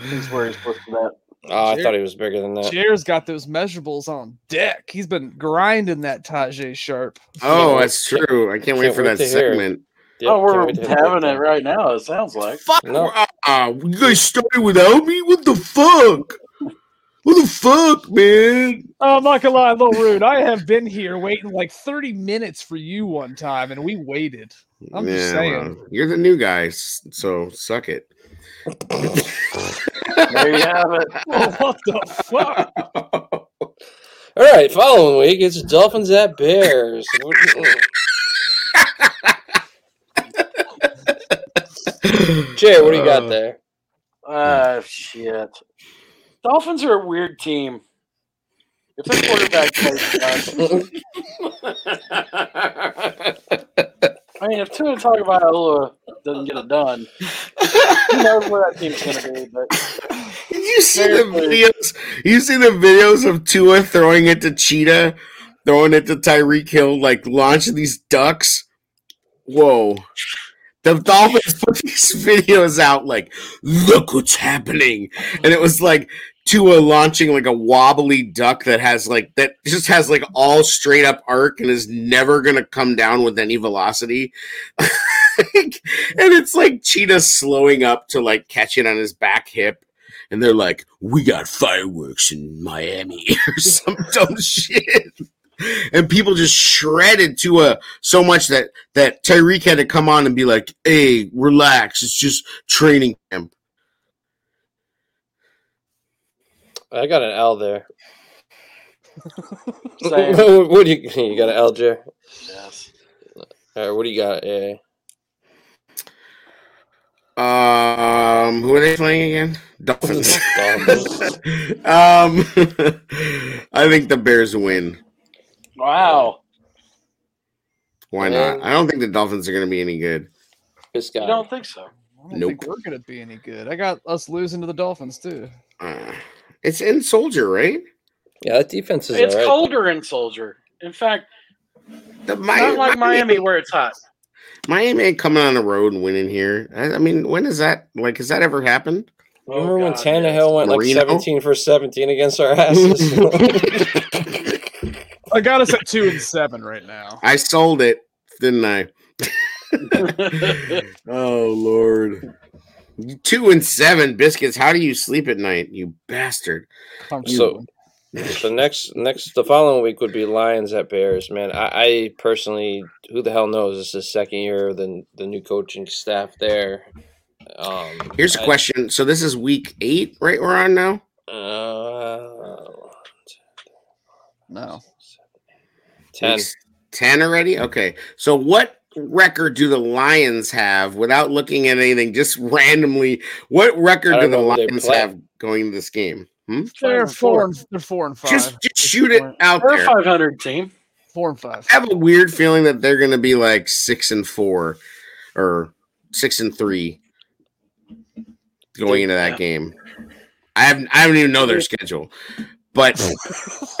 Speaker 5: He's where he's supposed to be. at.
Speaker 4: Oh, I
Speaker 6: Jer-
Speaker 4: thought he was bigger than that.
Speaker 6: Jair's got those measurables on deck. He's been grinding that Tajay Sharp.
Speaker 3: Oh,
Speaker 4: wait-
Speaker 3: that's true. I can't wait
Speaker 4: can't
Speaker 3: for
Speaker 4: wait
Speaker 3: that
Speaker 4: to hear it.
Speaker 3: segment.
Speaker 4: Yep,
Speaker 5: oh, we're
Speaker 4: can't wait to hit that
Speaker 5: having
Speaker 4: thing.
Speaker 5: it right now. It sounds like.
Speaker 3: Fuck,
Speaker 4: No.
Speaker 3: uh, you guys started without me. What the fuck? What the fuck, man?
Speaker 6: Oh, I'm not gonna lie, little rude. I have been here waiting like 30 minutes for you one time, and we waited. I'm just saying.
Speaker 3: well, you're the new guy, s- so suck it.
Speaker 5: There you have it.
Speaker 6: Well, what the fuck?
Speaker 4: All right, following week it's Dolphins at Bears. Jay, what do you
Speaker 5: Uh,
Speaker 4: got there?
Speaker 5: Ah, shit. Dolphins are a weird team. If their quarterback plays bad- I mean, if Tua Tagovailoa doesn't get it done, who knows where that team's going to be? But
Speaker 3: Did you you see the videos? You see the videos of Tua throwing it to Cheetah, throwing it to Tyreek Hill, like launching these ducks. Whoa. The Dolphins put these videos out like, look what's happening. And it was like Tua launching like a wobbly duck that has like that just has like all straight up arc and is never gonna come down with any velocity. and it's like Cheetah slowing up to like catch it on his back hip. And they're like, we got fireworks in Miami or some dumb shit. And people just shredded Tua so much that that Tyreek had to come on and be like, "Hey, relax. It's just training camp."
Speaker 4: I got an L there. what what do you you got an L, Jer?
Speaker 5: Yes.
Speaker 4: All right, what do you got? Yeah.
Speaker 3: Um, who are they playing again? Dolphins.
Speaker 4: Dolphins.
Speaker 3: um, I think the Bears win.
Speaker 5: Wow.
Speaker 3: Why not? I don't think the Dolphins are going to be any good.
Speaker 4: This
Speaker 5: You
Speaker 4: guy.
Speaker 5: don't think so?
Speaker 6: I don't
Speaker 3: Nope.
Speaker 6: think we're gonna be any good. I got us losing to the Dolphins too.
Speaker 3: Uh, it's in Soldier, right?
Speaker 4: Yeah, that defense is
Speaker 5: It's
Speaker 4: all right.
Speaker 5: colder in Soldier. In fact,
Speaker 3: The
Speaker 5: it's
Speaker 3: Mi-
Speaker 5: not like Miami where it's hot.
Speaker 3: Miami ain't coming on the road and winning here. I, I mean, when is that? Like, has that ever happened?
Speaker 4: Remember when
Speaker 5: God,
Speaker 4: Tannehill
Speaker 5: yes.
Speaker 4: went
Speaker 3: Oh, Marino?
Speaker 4: like 17 for 17 against our asses?
Speaker 6: I got us at two and seven right now.
Speaker 3: I sold it, didn't I? oh Lord. Two and seven biscuits. How do you sleep at night, you bastard?
Speaker 6: Comfortable.
Speaker 4: the next, next, the following week would be Lions at Bears. Man, I, I personally, who the hell knows? It's the second year of the, the new coaching staff there. Um,
Speaker 3: Here's a
Speaker 4: I-
Speaker 3: question. So this is week eight, right? We're on now.
Speaker 4: Uh,
Speaker 6: no.
Speaker 4: 10.
Speaker 3: Week Ten already. Okay. So what record do the Lions have without looking at anything? Just randomly, what record
Speaker 4: I
Speaker 3: do
Speaker 4: don't
Speaker 3: the
Speaker 4: know who they
Speaker 3: Lions
Speaker 4: play.
Speaker 3: have going into this game? Hmm?
Speaker 6: They're four and they're four and five.
Speaker 3: Just, just shoot it out
Speaker 5: We're a
Speaker 3: there.
Speaker 5: 500 team.
Speaker 6: four and five.
Speaker 3: I have a weird feeling that they're going to be like six and four or six and three going into that
Speaker 5: Yeah.
Speaker 3: game. I haven't, I don't even know their schedule, but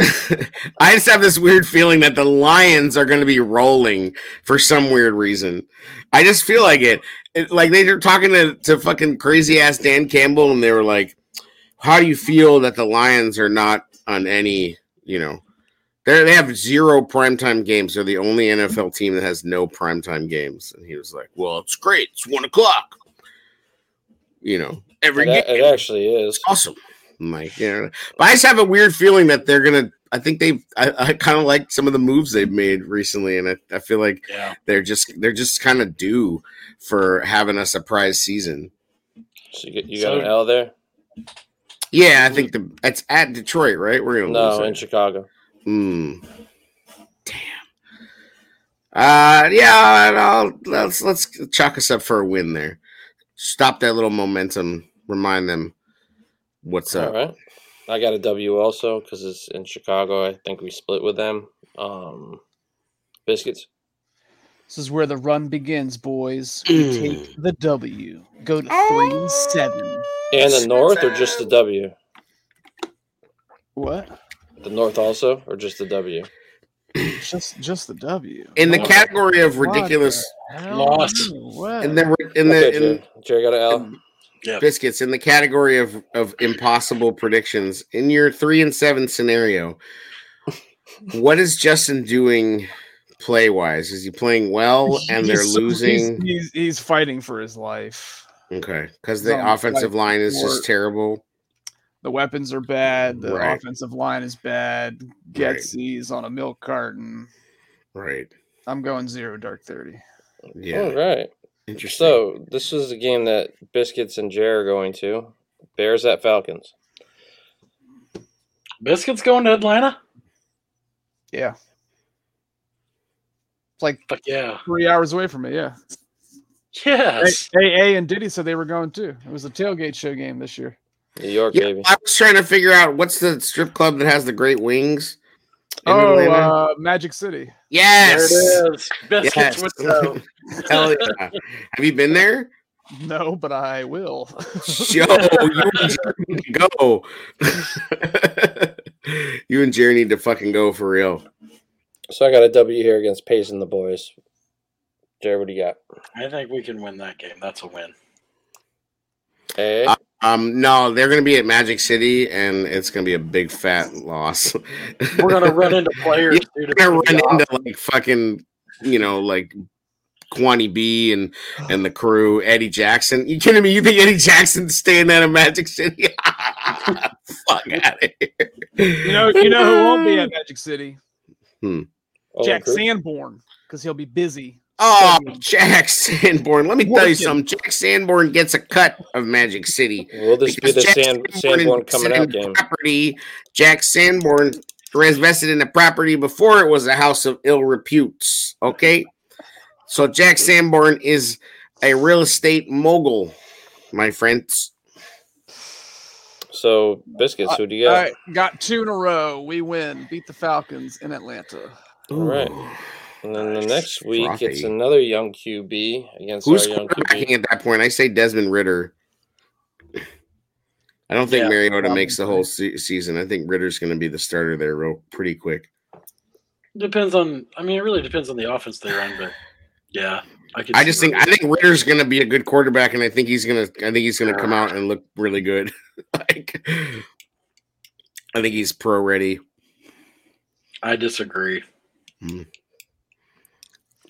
Speaker 3: I just have this weird feeling that the Lions are going to be rolling for some weird reason. I just feel like it. It- like they were talking to, to fucking crazy ass Dan Campbell, and they were like, "How do you feel that the Lions are not on any? You know, they they have zero primetime games. They're the only NFL team that has no primetime games." And he was like, "Well, it's great. It's one o'clock. You know, every
Speaker 4: It,
Speaker 3: game
Speaker 4: a- it actually is.
Speaker 3: awesome. I'm like, you know, but I just have a weird feeling that they're gonna. I think they've. I, I kind of like some of the moves they've made recently, and I, I feel like
Speaker 5: Yeah.
Speaker 3: they're just they're just kind of due for having a surprise season.
Speaker 4: So you, got- you got an
Speaker 5: So-
Speaker 4: L there?
Speaker 3: Yeah, I think the it's at Detroit, right? We're gonna
Speaker 4: No, in
Speaker 3: lose. it.
Speaker 4: Chicago.
Speaker 3: Mm. Damn. Uh, yeah. I'll, let's let's chalk us up for a win there. Stop that little momentum. Remind them what's
Speaker 4: All
Speaker 3: up.
Speaker 4: right. I got a W also because it's in Chicago. I think we split with them. Um, biscuits.
Speaker 6: This is where the run begins, boys. We
Speaker 3: Mm.
Speaker 6: take the W. Go to three and seven.
Speaker 4: And the North or just the W?
Speaker 6: What?
Speaker 4: The North also or just the W?
Speaker 6: Just just the W.
Speaker 3: In the
Speaker 4: Okay.
Speaker 3: category of
Speaker 6: What the
Speaker 3: ridiculous.
Speaker 6: hell?
Speaker 5: Loss.
Speaker 6: What?
Speaker 3: in the in the
Speaker 4: Okay,
Speaker 3: in
Speaker 4: Jerry. Jerry got an L.
Speaker 3: biscuits in the category of of impossible predictions in your three and seven scenario what is justin doing play wise is he playing well and they're
Speaker 6: He's so-
Speaker 3: losing
Speaker 6: He's, he's, he's fighting for his life.
Speaker 3: okay because
Speaker 6: he's
Speaker 3: the
Speaker 6: on the
Speaker 3: offensive line is
Speaker 6: floor.
Speaker 3: just terrible
Speaker 6: The weapons are bad. The
Speaker 3: Right.
Speaker 6: offensive line is bad. Getsy's on a milk carton.
Speaker 3: right
Speaker 6: I'm going zero dark thirty.
Speaker 3: yeah
Speaker 4: All Oh, right.
Speaker 3: interesting
Speaker 4: So this is the game that biscuits and Jerry are going to. Bears at Falcons.
Speaker 5: Biscuits going to Atlanta?
Speaker 6: Yeah. It's like
Speaker 5: Fuck yeah.
Speaker 6: three hours away from me. Yeah.
Speaker 5: Yes.
Speaker 6: AA and Diddy said they were going too. It was a tailgate show game this year.
Speaker 4: New York,
Speaker 3: yeah,
Speaker 4: baby.
Speaker 3: i was trying to figure out what's the strip club that has the great wings in
Speaker 6: oh,
Speaker 3: Atlanta?
Speaker 6: uh, Magic City.
Speaker 3: yes
Speaker 5: There it is. Biscuits
Speaker 3: Yes.
Speaker 5: with the
Speaker 3: Hell yeah. have you been there
Speaker 6: No, but I will.
Speaker 3: Yo, you and Jerry need to go. you and Jerry need to fucking go for real.
Speaker 4: So I got a W here against Pace and the boys. Jared, what do you got?
Speaker 5: I think we can win that game. That's a win.
Speaker 4: Hey,
Speaker 3: Uh, Um, no, they're gonna be at Magic City, and it's gonna be a big fat loss.
Speaker 5: We're gonna run into players. dude, it's
Speaker 3: gonna
Speaker 5: gonna
Speaker 3: run
Speaker 5: be
Speaker 3: into like fucking, you know, like Kwani B and and the crew, Eddie Jackson. You kidding me? You think Eddie Jackson's staying out of Magic City? Fuck out of here.
Speaker 6: You know, you know who won't be at Magic City?
Speaker 4: Owen
Speaker 6: Jack
Speaker 4: Cruz.
Speaker 6: Sanborn, because he'll be busy.
Speaker 3: Oh, Jack Sanborn. Let me tell you
Speaker 6: Working.
Speaker 3: something. Jack Sanborn gets a cut of Magic City.
Speaker 4: Will this be
Speaker 3: because
Speaker 4: the
Speaker 3: Jack
Speaker 4: San, Sanborn
Speaker 3: invested
Speaker 4: coming out
Speaker 3: in
Speaker 4: game?
Speaker 3: Property. Jack Sanborn invested in the property before it was a house of ill reputes. Okay. So Jack Sanborn is a real estate mogul, my friends.
Speaker 4: So biscuits, who do you
Speaker 6: All
Speaker 4: got?
Speaker 6: right, got two in a row. We win. Beat the Falcons in Atlanta.
Speaker 4: All right. And then the next week it's
Speaker 3: Frothy.
Speaker 4: another young QB against
Speaker 3: Who's
Speaker 4: our young QB.
Speaker 3: quarterbacking at that point? I say Desmond Ritter. I don't think
Speaker 5: Yeah,
Speaker 3: Mariota makes the whole se- season. I think Ritter's going to be the starter there real pretty quick.
Speaker 5: Depends on. I mean, it really depends on the offense they run, but yeah, I could.
Speaker 3: I
Speaker 5: see
Speaker 3: just think I
Speaker 5: Ravens.
Speaker 3: think Ritter's going to be a good quarterback, and I think he's going to I think he's going to come out and look really good. like, I think he's pro ready.
Speaker 5: I disagree.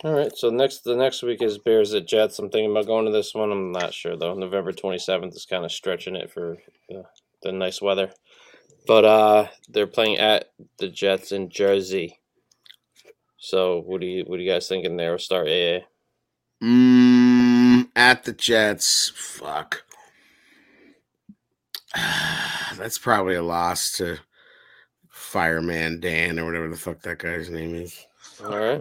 Speaker 4: All right. So next the next week is Bears at Jets. I'm thinking about going to this one. I'm not sure though. November 27th is kind of stretching it for the, the nice weather. But uh they're playing at the Jets in Jersey. So what do you what do you guys thinking there? We'll start AA.
Speaker 3: Mm, at the Jets, fuck. That's probably a loss to Fireman Dan or whatever the fuck that guy's name is.
Speaker 4: All right.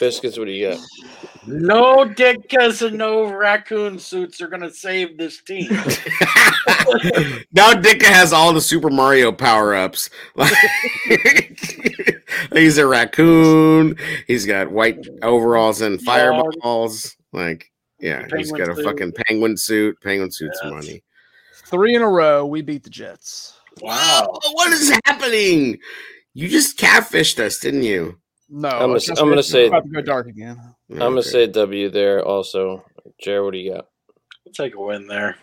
Speaker 4: Biscuits, what do you got?
Speaker 5: No Dick Casanova raccoon suits are gonna save this team.
Speaker 3: now Dicka has all the Super Mario power ups. he's a raccoon. He's got white overalls and fireballs. Like, yeah, he's
Speaker 5: Penguin
Speaker 3: got a
Speaker 5: suit.
Speaker 3: fucking penguin suit. Penguin suit's
Speaker 5: Yes.
Speaker 3: money.
Speaker 6: Three in a row. We beat the Jets.
Speaker 5: Wow.
Speaker 3: Oh, what is happening? You just catfished us, didn't you?
Speaker 6: No,
Speaker 4: I'm gonna
Speaker 6: it's
Speaker 4: s-
Speaker 6: just-
Speaker 4: I'm gonna
Speaker 6: it's
Speaker 4: say-
Speaker 6: about to go dark again.
Speaker 4: I'm gonna say W there also. Jared, what do you got?
Speaker 5: We'll take a win there.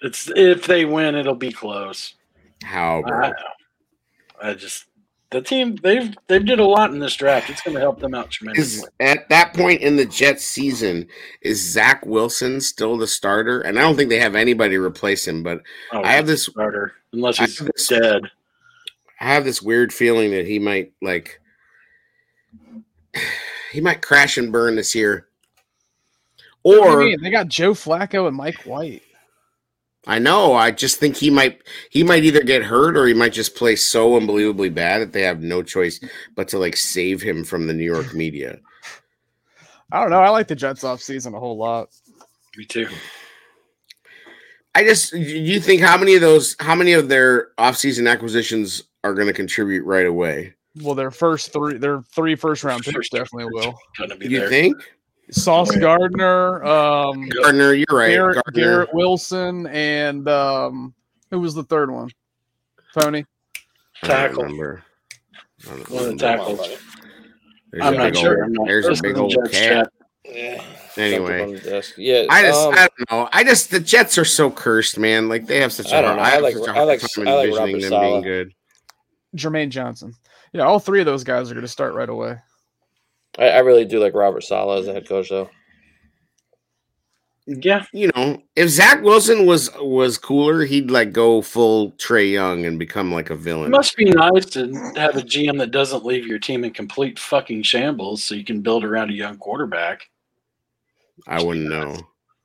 Speaker 5: It's if they win, it'll be close.
Speaker 3: how.
Speaker 5: I, don't know. I just the team they've they've did a lot in this draft. It's gonna help them out
Speaker 3: Is
Speaker 5: tremendously.
Speaker 3: at that point in the Jets season, is Zach Wilson still the starter? And I don't think they have anybody replace him, but
Speaker 5: Oh,
Speaker 3: I have this
Speaker 5: starter unless
Speaker 3: I
Speaker 5: he's
Speaker 3: have this-
Speaker 5: dead.
Speaker 3: I have this weird feeling that he might like he might crash and burn this year.
Speaker 6: What do you
Speaker 3: Or
Speaker 6: mean? they got Joe Flacco and Mike White.
Speaker 3: I know, I just think he might he might either get hurt or he might just play so unbelievably bad that they have no choice but to like save him from the New York media.
Speaker 6: I don't know. I like the Jets offseason a whole lot.
Speaker 5: Me too.
Speaker 3: I just you think how many of those how many of their offseason acquisitions are going to contribute right away?
Speaker 6: Well, their first three, their three first round picks
Speaker 5: First-
Speaker 6: definitely will.
Speaker 5: Gonna be
Speaker 3: You
Speaker 5: there.
Speaker 3: think?
Speaker 6: Sauce Gardner, um,
Speaker 3: Gardner, you're right.
Speaker 6: Garrett,
Speaker 3: Gardner.
Speaker 6: Garrett Wilson, and um, who was the third one? Tony.
Speaker 3: I don't
Speaker 5: Tackle.
Speaker 3: remember. I don't
Speaker 5: One of the
Speaker 3: remember.
Speaker 5: tackles.
Speaker 3: There's
Speaker 5: I'm
Speaker 3: a
Speaker 5: not
Speaker 3: big
Speaker 5: sure.
Speaker 3: old-
Speaker 5: I'm not-
Speaker 3: there's a
Speaker 5: listen
Speaker 3: big
Speaker 5: to
Speaker 3: old
Speaker 5: Jets
Speaker 3: cat.
Speaker 5: chat.
Speaker 3: Anyway.
Speaker 4: on the desk. Yeah,
Speaker 3: I just
Speaker 4: um,
Speaker 3: I don't know. I just the Jets are so cursed, man. Like they have such a
Speaker 4: I
Speaker 3: hard-
Speaker 4: don't know.
Speaker 3: I
Speaker 4: I
Speaker 3: have
Speaker 4: like-
Speaker 3: such a
Speaker 4: I
Speaker 3: hard
Speaker 4: like-
Speaker 3: time
Speaker 4: I like
Speaker 3: envisioning
Speaker 4: Robert
Speaker 3: them being
Speaker 4: Saleh.
Speaker 3: good.
Speaker 6: Jermaine Johnson. Yeah, all three of those guys are going to start right away.
Speaker 4: I, I really do like Robert Sala as a head coach, though.
Speaker 3: Yeah, you know, if Zach Wilson was was cooler, he'd like go full Trey Young and become like a
Speaker 5: It
Speaker 3: villain.
Speaker 5: must be nice to have a GM that doesn't leave your team in complete fucking shambles so you can build around a young quarterback.
Speaker 3: I wouldn't know.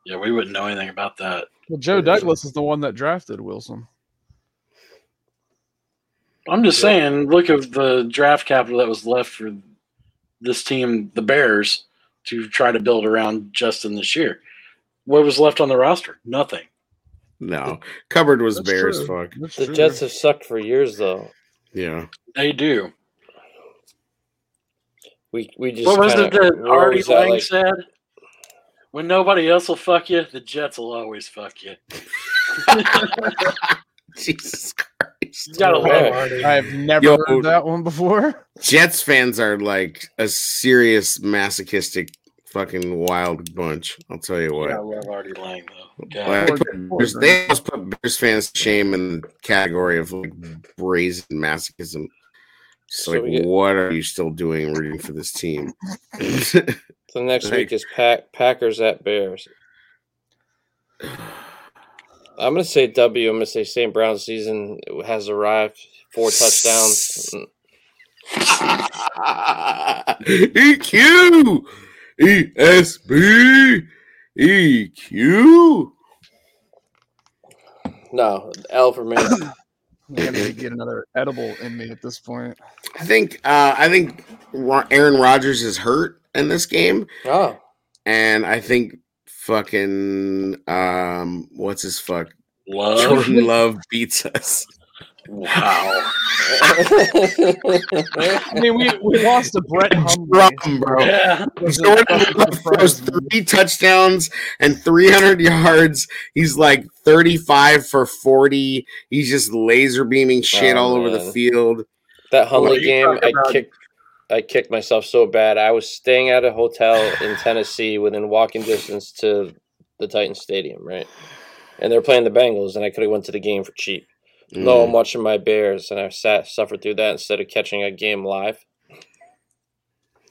Speaker 5: Yeah, we wouldn't know anything about that.
Speaker 6: Well, Joe Douglas is the one that drafted Wilson.
Speaker 5: I'm just saying, look at the draft capital that was left for this team, the Bears, to try to build around Justin this year. What was left on the roster? Nothing.
Speaker 3: No, cupboard was bare as fuck.
Speaker 4: the Jets have sucked for years, though.
Speaker 3: Yeah,
Speaker 5: They do.
Speaker 4: We we just
Speaker 5: What was
Speaker 4: kinda-
Speaker 5: it that
Speaker 4: we're
Speaker 5: Artie
Speaker 4: always at,
Speaker 5: Lang
Speaker 4: like-
Speaker 5: said? When nobody else will fuck you, the Jets will always fuck you.
Speaker 3: Jesus Christ!
Speaker 5: You gotta love Artie.
Speaker 6: I have never
Speaker 3: Yo.
Speaker 6: heard that one before.
Speaker 3: Jets fans are like a serious masochistic fucking wild bunch. I'll tell you what.
Speaker 5: I love Artie Lang though. God.
Speaker 3: Like, they put Bears- they almost put Bears fans to shame in the category of like brazen masochism. It's
Speaker 4: So
Speaker 3: like,
Speaker 4: we get-
Speaker 3: what are you still doing rooting for this team?
Speaker 4: So next week is Pack, Packers at Bears. I'm gonna say W. I'm gonna say St. Brown's season has arrived. Four touchdowns. Mm,
Speaker 3: E EQ, E ESB, E EQ.
Speaker 4: No L for me.
Speaker 6: I'm going to get another edible in me at this point.
Speaker 3: I think uh, I think Ro- Aaron Rodgers is hurt in this game.
Speaker 4: Oh,
Speaker 3: and I think fucking um, what's his fuck
Speaker 5: Love?
Speaker 3: Jordan Love beats us.
Speaker 5: Wow.
Speaker 6: I mean, we, we lost to Brett Hundley.
Speaker 3: Drum, bro.
Speaker 5: Yeah.
Speaker 3: Jordan Love throws three touchdowns and 300 yards. He's like 35 for 40. He's just laser beaming shit
Speaker 4: Oh,
Speaker 3: all over the
Speaker 4: man.
Speaker 3: field.
Speaker 4: That
Speaker 3: Well,
Speaker 4: Hunley
Speaker 3: you
Speaker 4: game,
Speaker 3: talk
Speaker 4: I
Speaker 3: about-
Speaker 4: kicked, I kicked myself so bad. I was staying at a hotel in Tennessee, within walking distance to the Titans Stadium, right? And they're playing the Bengals, and I could have went to the game for cheap.
Speaker 3: Mm.
Speaker 4: No, I'm watching my Bears, and I sat suffered through that instead of catching a game live.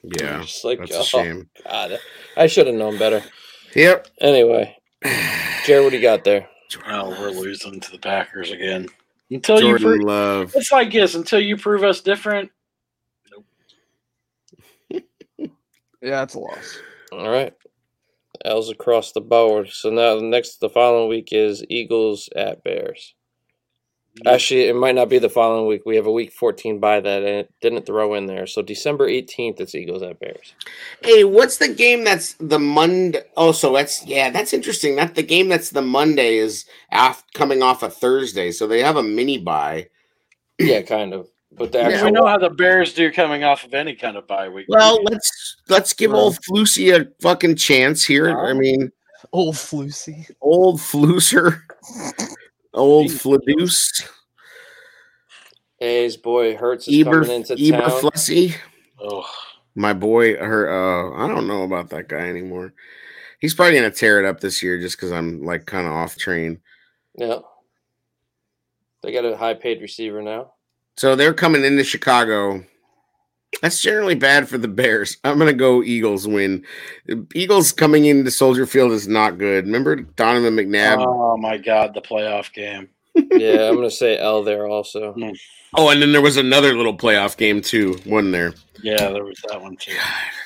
Speaker 3: Yeah,
Speaker 4: Just like,
Speaker 3: that's a
Speaker 4: oh,
Speaker 3: shame.
Speaker 4: God, I should have known better.
Speaker 3: Yep.
Speaker 4: Anyway, Jared, what do you got there?
Speaker 5: Well, we're losing to the Packers again. Until you
Speaker 3: Jordan
Speaker 5: prove
Speaker 3: Love.
Speaker 5: it's like this, until you prove us different.
Speaker 6: Yeah, it's a loss.
Speaker 4: All right. L's across the board. So now the next the following week is Eagles at Bears. Actually, it might not be the following week. We have a week 14 by that and it didn't throw in there. So December 18th it's Eagles at Bears.
Speaker 3: Hey, what's the game that's the Monday? Oh, so that's yeah, that's interesting. That the game that's the Monday is af- coming off a Thursday, so they have a mini buy.
Speaker 4: Yeah, kind of. But the
Speaker 5: Yeah,
Speaker 4: actual
Speaker 5: we know how the Bears do coming off of any kind of bye week.
Speaker 3: Well, let's let's give old Flusy a fucking chance here. I mean,
Speaker 6: Old Flusy.
Speaker 3: old Fluser, old Fladoose,
Speaker 4: A's boy Hurts is
Speaker 3: Eber,
Speaker 4: coming into
Speaker 3: Eber
Speaker 4: town.
Speaker 3: Flussy.
Speaker 5: Oh,
Speaker 3: My boy, her. Uh, I don't know about that guy anymore. He's probably gonna tear it up this year just because I'm like kind of off train.
Speaker 4: yeah. They got a high paid receiver now.
Speaker 3: So they're coming into Chicago. That's generally bad for the Bears. I'm going to go Eagles win. Eagles coming into Soldier Field is not good. Remember Donovan McNabb?
Speaker 4: Uh,
Speaker 5: oh my God, the playoff game.
Speaker 4: yeah, I'm gonna say L there also.
Speaker 3: oh, and then there was another little playoff game too, wasn't there?
Speaker 5: Yeah, there was that one too.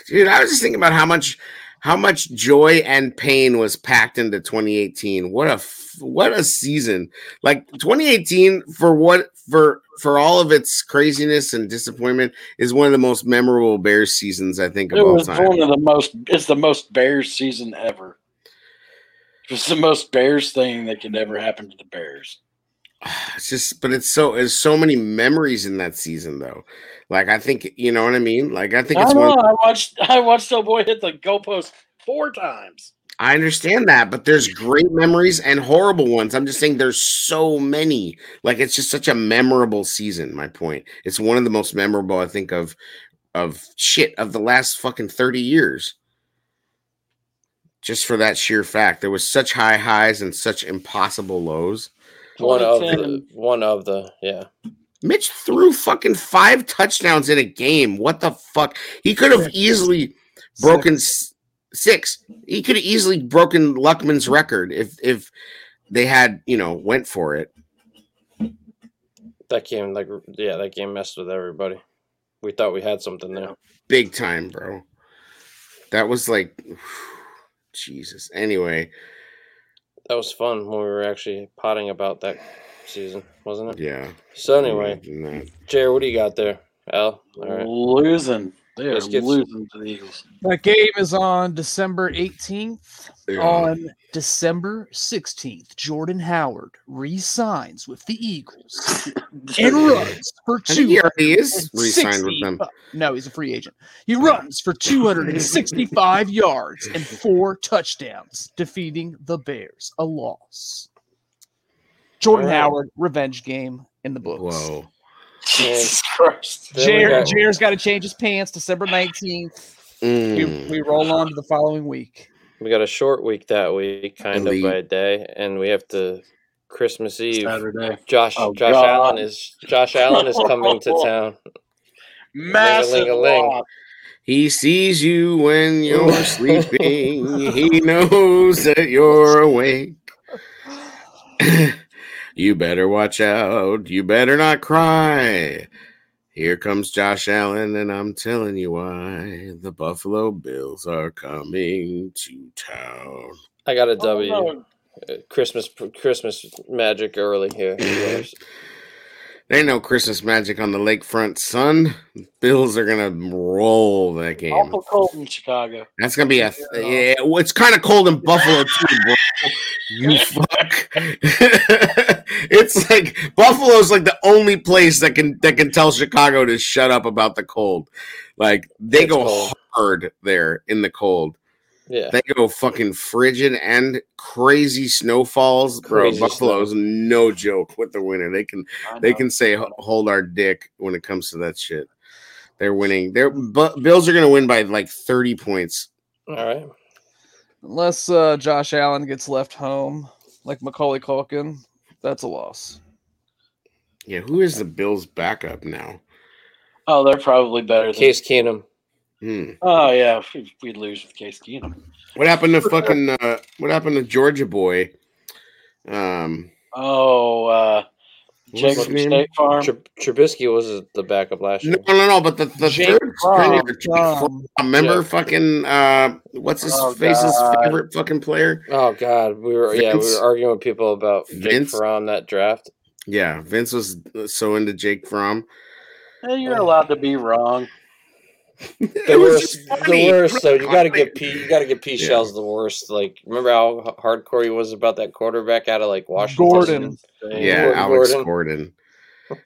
Speaker 3: Dude, I was just thinking about how much how much joy and pain was packed into 2018. What a f- what a season. Like 2018 for what for for all of its craziness and disappointment is one of the most memorable Bears seasons I think of
Speaker 5: It
Speaker 3: all
Speaker 5: was
Speaker 3: time.
Speaker 5: one of the most. It's the most Bears season ever. It's the most Bears thing that could ever happen to the Bears.
Speaker 3: It's just, but it's so there's so many memories in that season though. Like I think you know what I mean. Like I think
Speaker 5: I
Speaker 3: it's
Speaker 5: know.
Speaker 3: one.
Speaker 5: I watched. I watched old boy hit the goalpost four times.
Speaker 3: I understand that, but there's great memories and horrible ones. I'm just saying there's so many. Like it's just such a memorable season. My point. It's one of the most memorable I think of of shit of the last fucking thirty years. just for that sheer fact. There was such high highs and such impossible lows.
Speaker 4: One of the one of the yeah.
Speaker 3: Mitch threw fucking five touchdowns in a game. What the fuck? He could have easily broken s- six. He could have easily broken Luckman's record if if they had you know went for it.
Speaker 4: That game like yeah, that game messed with everybody. We thought we had something there.
Speaker 3: big time, bro. That was like Jesus. Anyway,
Speaker 4: That was fun when we were actually potting about that season, wasn't it?
Speaker 3: yeah.
Speaker 4: So anyway,
Speaker 3: Imagine that.
Speaker 4: Jared, what do you got there? Al, all right.
Speaker 5: Losing. They are
Speaker 4: Let's get-
Speaker 5: losing to the Eagles.
Speaker 6: That game is on December 18th.
Speaker 3: Yeah.
Speaker 6: On December 16th, Jordan Howard re-signs with the Eagles and runs for
Speaker 3: I think he
Speaker 6: two. Uh,
Speaker 3: already is re-signed with them.
Speaker 6: No, he's a free agent. He runs for 265 yards and four touchdowns, defeating the Bears. A loss. Jordan
Speaker 4: Wow.
Speaker 6: Howard revenge game in the books.
Speaker 3: Whoa.
Speaker 5: Jesus Christ.
Speaker 4: There we
Speaker 6: Jer-
Speaker 4: go.
Speaker 6: Jer's got to change his pants December 19th. We,
Speaker 3: Mm.
Speaker 6: we roll on to the following week.
Speaker 4: We got a short week that week, kind of
Speaker 3: Indeed.
Speaker 4: by a day, and we have to Christmas Eve.
Speaker 5: Saturday.
Speaker 4: Josh
Speaker 5: Oh,
Speaker 4: Josh
Speaker 5: God.
Speaker 4: Allen is Josh Allen is coming to town.
Speaker 5: Massive
Speaker 4: Ling-a-ling.
Speaker 5: loss.
Speaker 3: He sees you when you're sleeping. He knows that you're awake. you better watch out. You better not cry. Here comes Josh Allen, and I'm telling you why. The Buffalo Bills are coming to town.
Speaker 4: I got a
Speaker 5: Oh,
Speaker 4: W.
Speaker 5: no.
Speaker 4: Uh, Christmas Christmas magic early here. Yes.
Speaker 3: There ain't no Christmas magic on the lakefront, son. Bills are gonna roll that game.
Speaker 5: Awful cold in Chicago.
Speaker 3: That's gonna be a. Th- yeah, well, it's kind of cold in Buffalo too, bro. You fuck. it's like Buffalo's like the only place that can that can tell Chicago to shut up about the cold. Like they
Speaker 4: It's
Speaker 3: go
Speaker 4: cold.
Speaker 3: hard there in the cold.
Speaker 4: yeah.
Speaker 3: They go fucking frigid and crazy snowfalls, bro.
Speaker 4: Crazy
Speaker 3: Buffalo's no joke with the winter. They can
Speaker 5: I
Speaker 3: they
Speaker 5: know.
Speaker 3: can say "H- hold our dick when it comes to that shit. They're winning. They're but Bills are gonna win by like thirty points.
Speaker 4: All right.
Speaker 6: Unless uh, Josh Allen gets left home, like Macaulay Culkin, that's a loss.
Speaker 3: Yeah, who is the Bills' backup now?
Speaker 5: Oh, they're probably better. Than,
Speaker 4: Case Keenum.
Speaker 3: Hmm.
Speaker 5: oh yeah, if we, we lose with Case Keenum.
Speaker 3: What happened to fucking? Uh, what happened to Georgia boy? Um,
Speaker 5: Oh, uh,
Speaker 3: What's
Speaker 5: Jacob
Speaker 3: his
Speaker 5: from
Speaker 3: name?
Speaker 5: State Farm.
Speaker 4: Tr- Trubisky was the backup last year.
Speaker 3: no, no, no. But the the
Speaker 5: Jake
Speaker 3: third
Speaker 6: Oh,
Speaker 5: Fromm,
Speaker 3: string-
Speaker 6: Fromm.
Speaker 3: remember
Speaker 4: Yeah.
Speaker 3: fucking uh, what's his
Speaker 5: Oh,
Speaker 3: face's
Speaker 5: God.
Speaker 3: favorite fucking player?
Speaker 4: Oh God, we were yeah we
Speaker 3: Vince.
Speaker 4: were arguing with people about Jake
Speaker 3: Vince.
Speaker 4: Fromm that draft.
Speaker 3: Yeah, Vince was uh, so into Jake Fromm.
Speaker 5: Eh, you're allowed to be wrong.
Speaker 4: The
Speaker 3: It
Speaker 4: worst,
Speaker 3: just
Speaker 4: the
Speaker 3: funny.
Speaker 4: worst. So you got to get P. You got to get P.
Speaker 3: Yeah.
Speaker 4: Shell's the worst. Like remember how h- hardcore he was about that quarterback out of like Washington.
Speaker 6: Gordon.
Speaker 3: Yeah,
Speaker 4: Gordon-
Speaker 3: Alex
Speaker 4: Gordon.
Speaker 3: Gordon.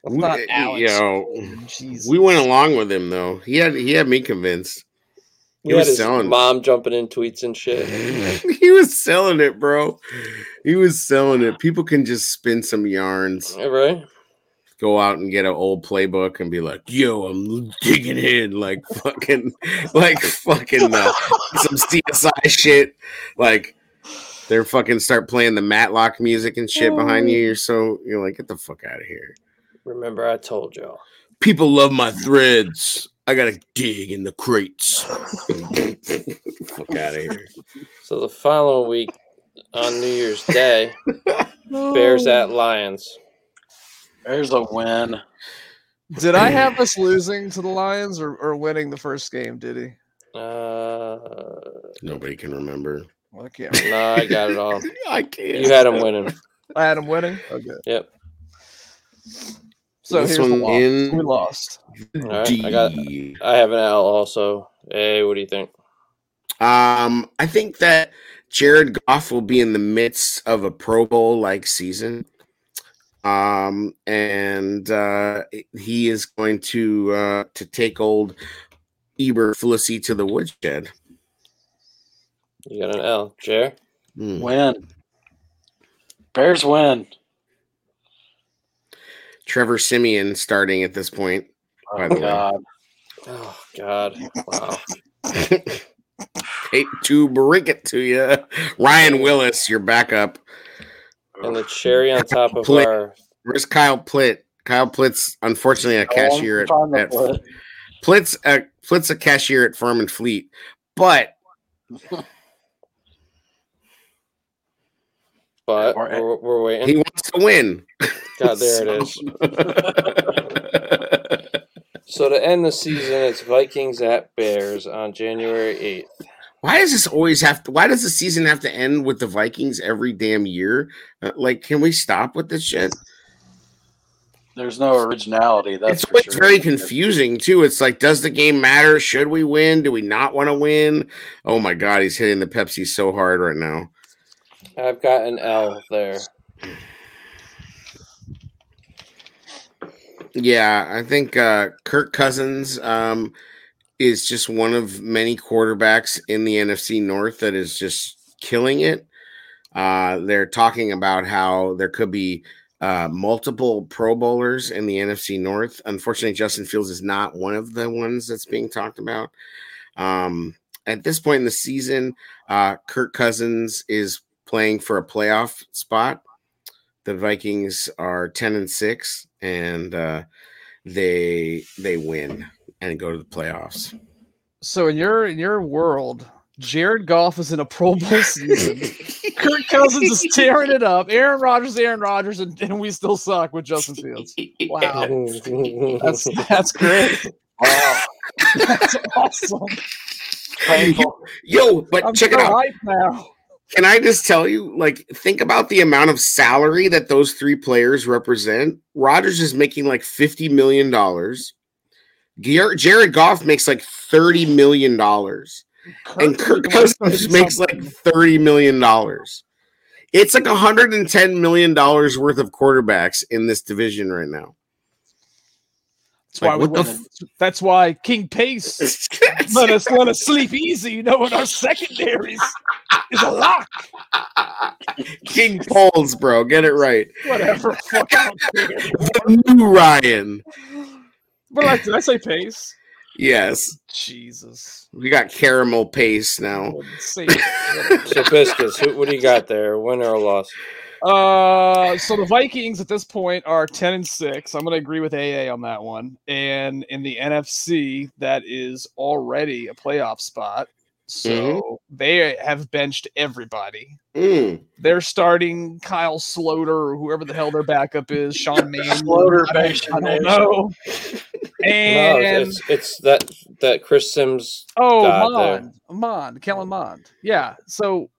Speaker 6: It's not
Speaker 3: We-
Speaker 6: Alex.
Speaker 3: You know,
Speaker 6: Jeez.
Speaker 3: we went along with him though. He had he had me convinced.
Speaker 4: He
Speaker 3: He
Speaker 4: had
Speaker 3: was
Speaker 4: his
Speaker 3: selling.
Speaker 4: mom jumping in tweets and shit.
Speaker 3: he was selling it, bro. He was selling it. People can just spin some yarns,
Speaker 4: Right?
Speaker 3: go out and get an old playbook, and be like, "Yo, I'm digging in like fucking, like fucking uh, some CSI shit." Like they're fucking start playing the Matlock music and shit behind you. You're so you're like, "Get the fuck out of here."
Speaker 4: Remember, I told y'all.
Speaker 3: People love my threads. I gotta dig in the crates. fuck out of here.
Speaker 4: So the following week on New Year's Day, Bears at Lions.
Speaker 5: There's a win.
Speaker 6: Did I have us losing to the Lions or, or winning the first game? Did he?
Speaker 4: Uh,
Speaker 3: Nobody can remember.
Speaker 6: Well, I can't. remember.
Speaker 4: nah, I got it all.
Speaker 3: I can't.
Speaker 4: You had him winning.
Speaker 6: I had him winning. Okay.
Speaker 4: Yep.
Speaker 6: So
Speaker 3: This
Speaker 6: here's the
Speaker 3: one
Speaker 6: loss.
Speaker 3: in-
Speaker 6: We lost.
Speaker 4: All right, I got. I have an L also. Hey, what do you think?
Speaker 3: Um, I think that Jared Goff will be in the midst of a Pro Bowl like season. Um, and uh, he is going to uh, to take old Eber Felicity to the woodshed.
Speaker 4: You got an L, Jer.
Speaker 3: Hmm.
Speaker 5: Win. Bears win.
Speaker 3: Trevor Simeon starting at this point. By
Speaker 5: Oh
Speaker 3: the way.
Speaker 5: God.
Speaker 4: Oh God! Wow.
Speaker 3: hate to break it to you. Ryan Willis, your backup.
Speaker 4: And the cherry on top of
Speaker 3: Plitt.
Speaker 4: our
Speaker 3: Where's Kyle Plitt? Kyle Plitt's unfortunately a cashier at,
Speaker 4: time to
Speaker 3: at Plitt's a Plitt's a cashier at Farm and Fleet, but
Speaker 4: but we're, we're waiting.
Speaker 3: he wants to win.
Speaker 4: God, there it is. so to end the season, it's Vikings at Bears on January eighth.
Speaker 3: Why does this always have to? Why does the season have to end with the Vikings every damn year? Uh, like, can we stop with this shit?
Speaker 5: There's no originality. That's
Speaker 3: it's
Speaker 5: for
Speaker 3: always
Speaker 5: sure.
Speaker 3: very confusing too. It's like, does the game matter? Should we win? Do we not want to win? Oh my god, he's hitting the Pepsi so hard right now.
Speaker 4: I've got an L there.
Speaker 3: Yeah, I think uh, Kirk Cousins um, is just one of many quarterbacks in the NFC North that is just killing it. Uh, they're talking about how there could be uh, multiple Pro Bowlers in the NFC North. Unfortunately, Justin Fields is not one of the ones that's being talked about. Um, at this point in the season, uh, Kirk Cousins is playing for a playoff spot the Vikings are 10 and 6 and uh, they they win and go to the playoffs.
Speaker 6: So in your in your world, Jared Goff is in a Pro Bowl season. Kirk Cousins is tearing it up. Aaron Rodgers, is Aaron Rodgers, and, and we still suck with Justin Fields. Wow, that's that's great.
Speaker 3: Oh,
Speaker 5: Wow.
Speaker 6: That's awesome.
Speaker 3: Yo, but
Speaker 6: I'm
Speaker 3: check
Speaker 6: so
Speaker 3: it out.
Speaker 6: hyped now.
Speaker 3: Can I just tell you like think about the amount of salary that those three players represent. Rodgers is making like 50 million dollars. Jared Goff makes like 30 million dollars. and Kirk Cousins makes like thirty million dollars. It's like hundred and ten million dollars worth of quarterbacks in this division right now.
Speaker 6: That's why we
Speaker 3: what the
Speaker 6: win. That's why King Pace let us let us sleep easy. You know, in our secondaries is a lock.
Speaker 3: King Pauls, bro, get it right.
Speaker 6: Whatever. Fuck, I don't care.
Speaker 3: The new Ryan.
Speaker 6: But like, did I say Pace?
Speaker 3: Yes,
Speaker 6: Jesus.
Speaker 3: we got caramel pace now.
Speaker 6: Say-
Speaker 4: So biscuits, who, what do you got there? A Win or a loss?
Speaker 6: Uh, so the Vikings at this point are ten and six. I'm going to agree with AA on that one. And in the NFC, that is already a playoff spot. So they have benched everybody.
Speaker 3: Mm.
Speaker 6: They're starting Kyle Sloter, or whoever the hell their backup is, Sean Mann.
Speaker 5: Sloter
Speaker 6: I don't, I don't know.
Speaker 4: No,
Speaker 6: And
Speaker 4: it's, it's that that Chris Sims.
Speaker 6: Oh,
Speaker 4: died there.
Speaker 6: Mond, Mond, Kellen Mond. Yeah. So,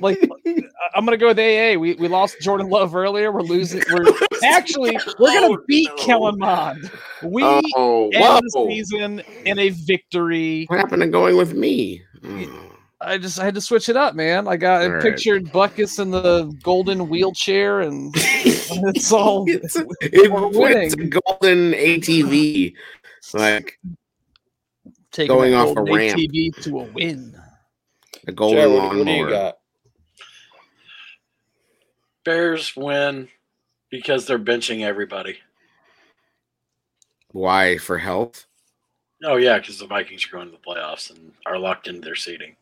Speaker 6: like, I- I'm gonna go with AA. We we lost Jordan Love earlier. We're losing. We're actually we're gonna beat Kellen Mond. We
Speaker 3: Oh,
Speaker 6: end the
Speaker 3: whoa.
Speaker 6: season in a victory.
Speaker 3: What happened to going with me? Mm.
Speaker 6: I just I had to switch it up, man. Like I
Speaker 3: All right.
Speaker 6: pictured Buckus in the golden wheelchair, and it's all
Speaker 3: It's a, it-
Speaker 6: We're
Speaker 3: it's a
Speaker 6: winning.
Speaker 3: golden ATV. Like
Speaker 6: taking
Speaker 3: going
Speaker 6: that
Speaker 3: off a
Speaker 6: golden
Speaker 3: ramp.
Speaker 6: ATV to a win.
Speaker 3: a
Speaker 4: Jared,
Speaker 3: golden
Speaker 4: what, what do you
Speaker 3: lawnmower.
Speaker 4: got?
Speaker 5: Bears win because they're benching everybody.
Speaker 3: Why for health?
Speaker 5: Oh yeah, because the Vikings are going to the playoffs and are locked into their seating.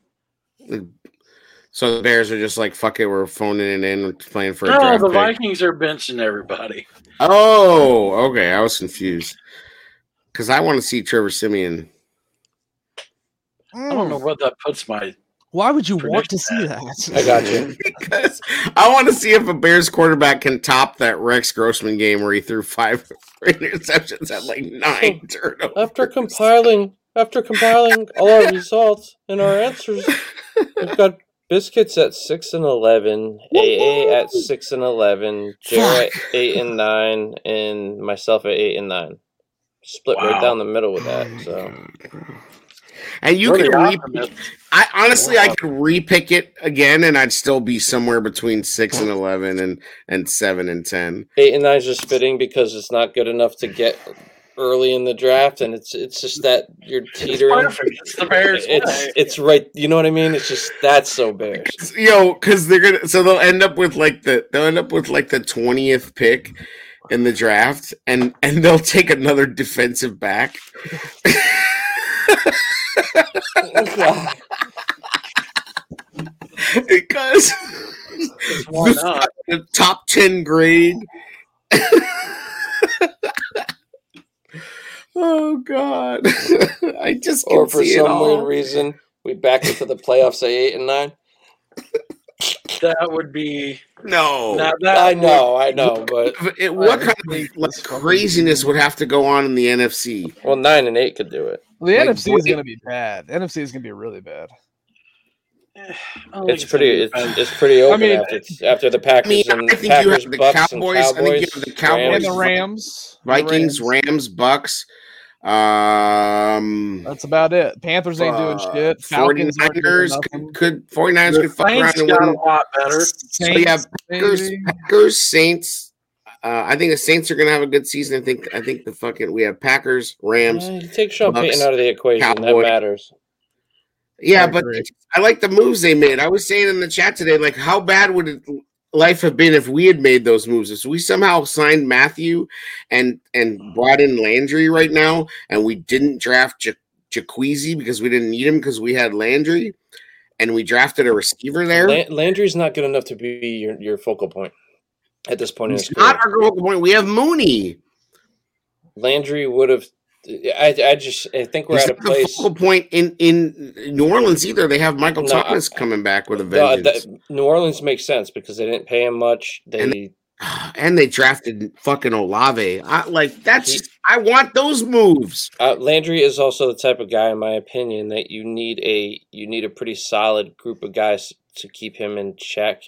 Speaker 3: So the Bears are just like, fuck it, we're phoning it in, we're playing for a
Speaker 5: No,
Speaker 3: draft
Speaker 5: the
Speaker 3: pick.
Speaker 5: Vikings are benching everybody.
Speaker 3: Oh, okay. I was confused because I want to see Trevor Simeon.
Speaker 5: I
Speaker 3: Mm.
Speaker 5: don't
Speaker 3: Hmm.
Speaker 5: know what that puts my.
Speaker 6: Why would you want
Speaker 5: Predict
Speaker 6: to see that?
Speaker 4: I got you.
Speaker 3: Because I want to see if a Bears quarterback can top that Rex Grossman game where he threw five interceptions at like nine turnovers.
Speaker 4: After compiling, after compiling all our results and our answers, we've got biscuits at six and eleven, AA at six and eleven, Jared at eight and nine, and myself at eight and nine. Split right
Speaker 5: Wow.
Speaker 4: down the middle with that.
Speaker 3: Oh
Speaker 4: So
Speaker 3: And you
Speaker 5: Pretty
Speaker 3: can re-
Speaker 5: optimistic.
Speaker 3: I honestly I
Speaker 5: Wow.
Speaker 3: could repick it again and I'd still be somewhere between six and eleven and and seven and ten.
Speaker 4: eight and nine is just fitting because it's not good enough to get early in the draft, and it's it's just that you're teetering.
Speaker 5: Perfect. It's the Bears.
Speaker 4: It's
Speaker 5: way.
Speaker 4: it's right. You know what I mean? It's just that's so bears.
Speaker 3: Yo, because they're gonna so they'll end up with like the they'll end up with like the twentieth pick in the draft and and they'll take another defensive back. because
Speaker 5: Why not?
Speaker 3: the top 10 grade. oh God! I just
Speaker 4: or
Speaker 3: can
Speaker 4: for
Speaker 3: see it
Speaker 4: some
Speaker 3: all.
Speaker 4: weird reason we back into the playoffs at eight and nine.
Speaker 5: That would be
Speaker 3: No,
Speaker 5: now that
Speaker 4: I know, I know, but
Speaker 3: It- what kind of like, craziness would have to go on in the NFC?
Speaker 4: well, nine and eight could do it.
Speaker 6: Well, the
Speaker 3: Like,
Speaker 6: NFC is
Speaker 3: what-
Speaker 6: going to be bad. The NFC is going to be really bad.
Speaker 4: It's pretty. It's, it's pretty open
Speaker 6: mean-
Speaker 4: after, it's, after the
Speaker 3: I
Speaker 4: Packers
Speaker 3: mean, I
Speaker 4: and
Speaker 3: think you
Speaker 4: Packers,
Speaker 3: have the
Speaker 4: Bucks and
Speaker 3: Cowboys. I think you have the
Speaker 6: And
Speaker 3: Cowboys,
Speaker 6: the
Speaker 3: Rams.
Speaker 6: Rams, the
Speaker 3: Vikings,
Speaker 6: Rams.
Speaker 3: Rams, Bucks. Um,
Speaker 6: That's about it. Panthers ain't doing
Speaker 3: uh,
Speaker 6: shit. Falcons aren't doing
Speaker 3: 49ers
Speaker 6: nothing.
Speaker 3: could, could 49ers
Speaker 5: The
Speaker 3: could fuck around
Speaker 5: Saints
Speaker 3: and
Speaker 5: got a
Speaker 3: win.
Speaker 5: lot better.
Speaker 3: So you have
Speaker 6: Saints,
Speaker 3: Packers,
Speaker 6: maybe.
Speaker 3: Packers, Saints. Uh, I think the Saints are gonna have a good season. I think I think the fucking we have Packers, Rams.
Speaker 4: Uh, you take Sean
Speaker 3: Bucks,
Speaker 4: Payton out of the equation.
Speaker 3: Cowboys.
Speaker 4: That matters.
Speaker 3: Yeah,
Speaker 6: I
Speaker 3: but
Speaker 6: agree.
Speaker 3: I like the moves they made. I was saying in the chat today, like how bad would it, life have been if we had made those moves? If we somehow signed Matthew and and
Speaker 4: Mm.
Speaker 3: brought in Landry right now, and we didn't draft Ja- Jaquizi because we didn't need him because we had Landry, and we drafted a receiver there.
Speaker 4: Lan- Landry's not good enough to be your, your focal point at this point in his
Speaker 3: It's not
Speaker 4: career.
Speaker 3: our focal point. We have Mooney.
Speaker 4: Landry would have. I, I just I think we're
Speaker 3: He's
Speaker 4: at a
Speaker 3: not the
Speaker 4: place.
Speaker 3: focal point in in New Orleans either. They have Michael
Speaker 4: No,
Speaker 3: Thomas coming back with a
Speaker 4: No,
Speaker 3: vengeance,
Speaker 4: that, New Orleans makes sense because they didn't pay him much. They
Speaker 3: And and they drafted fucking Olave. I, like that's
Speaker 4: He-
Speaker 3: I want those moves.
Speaker 4: Uh, Landry is also the type of guy, in my opinion, that you need a you need a pretty solid group of guys to keep him in check.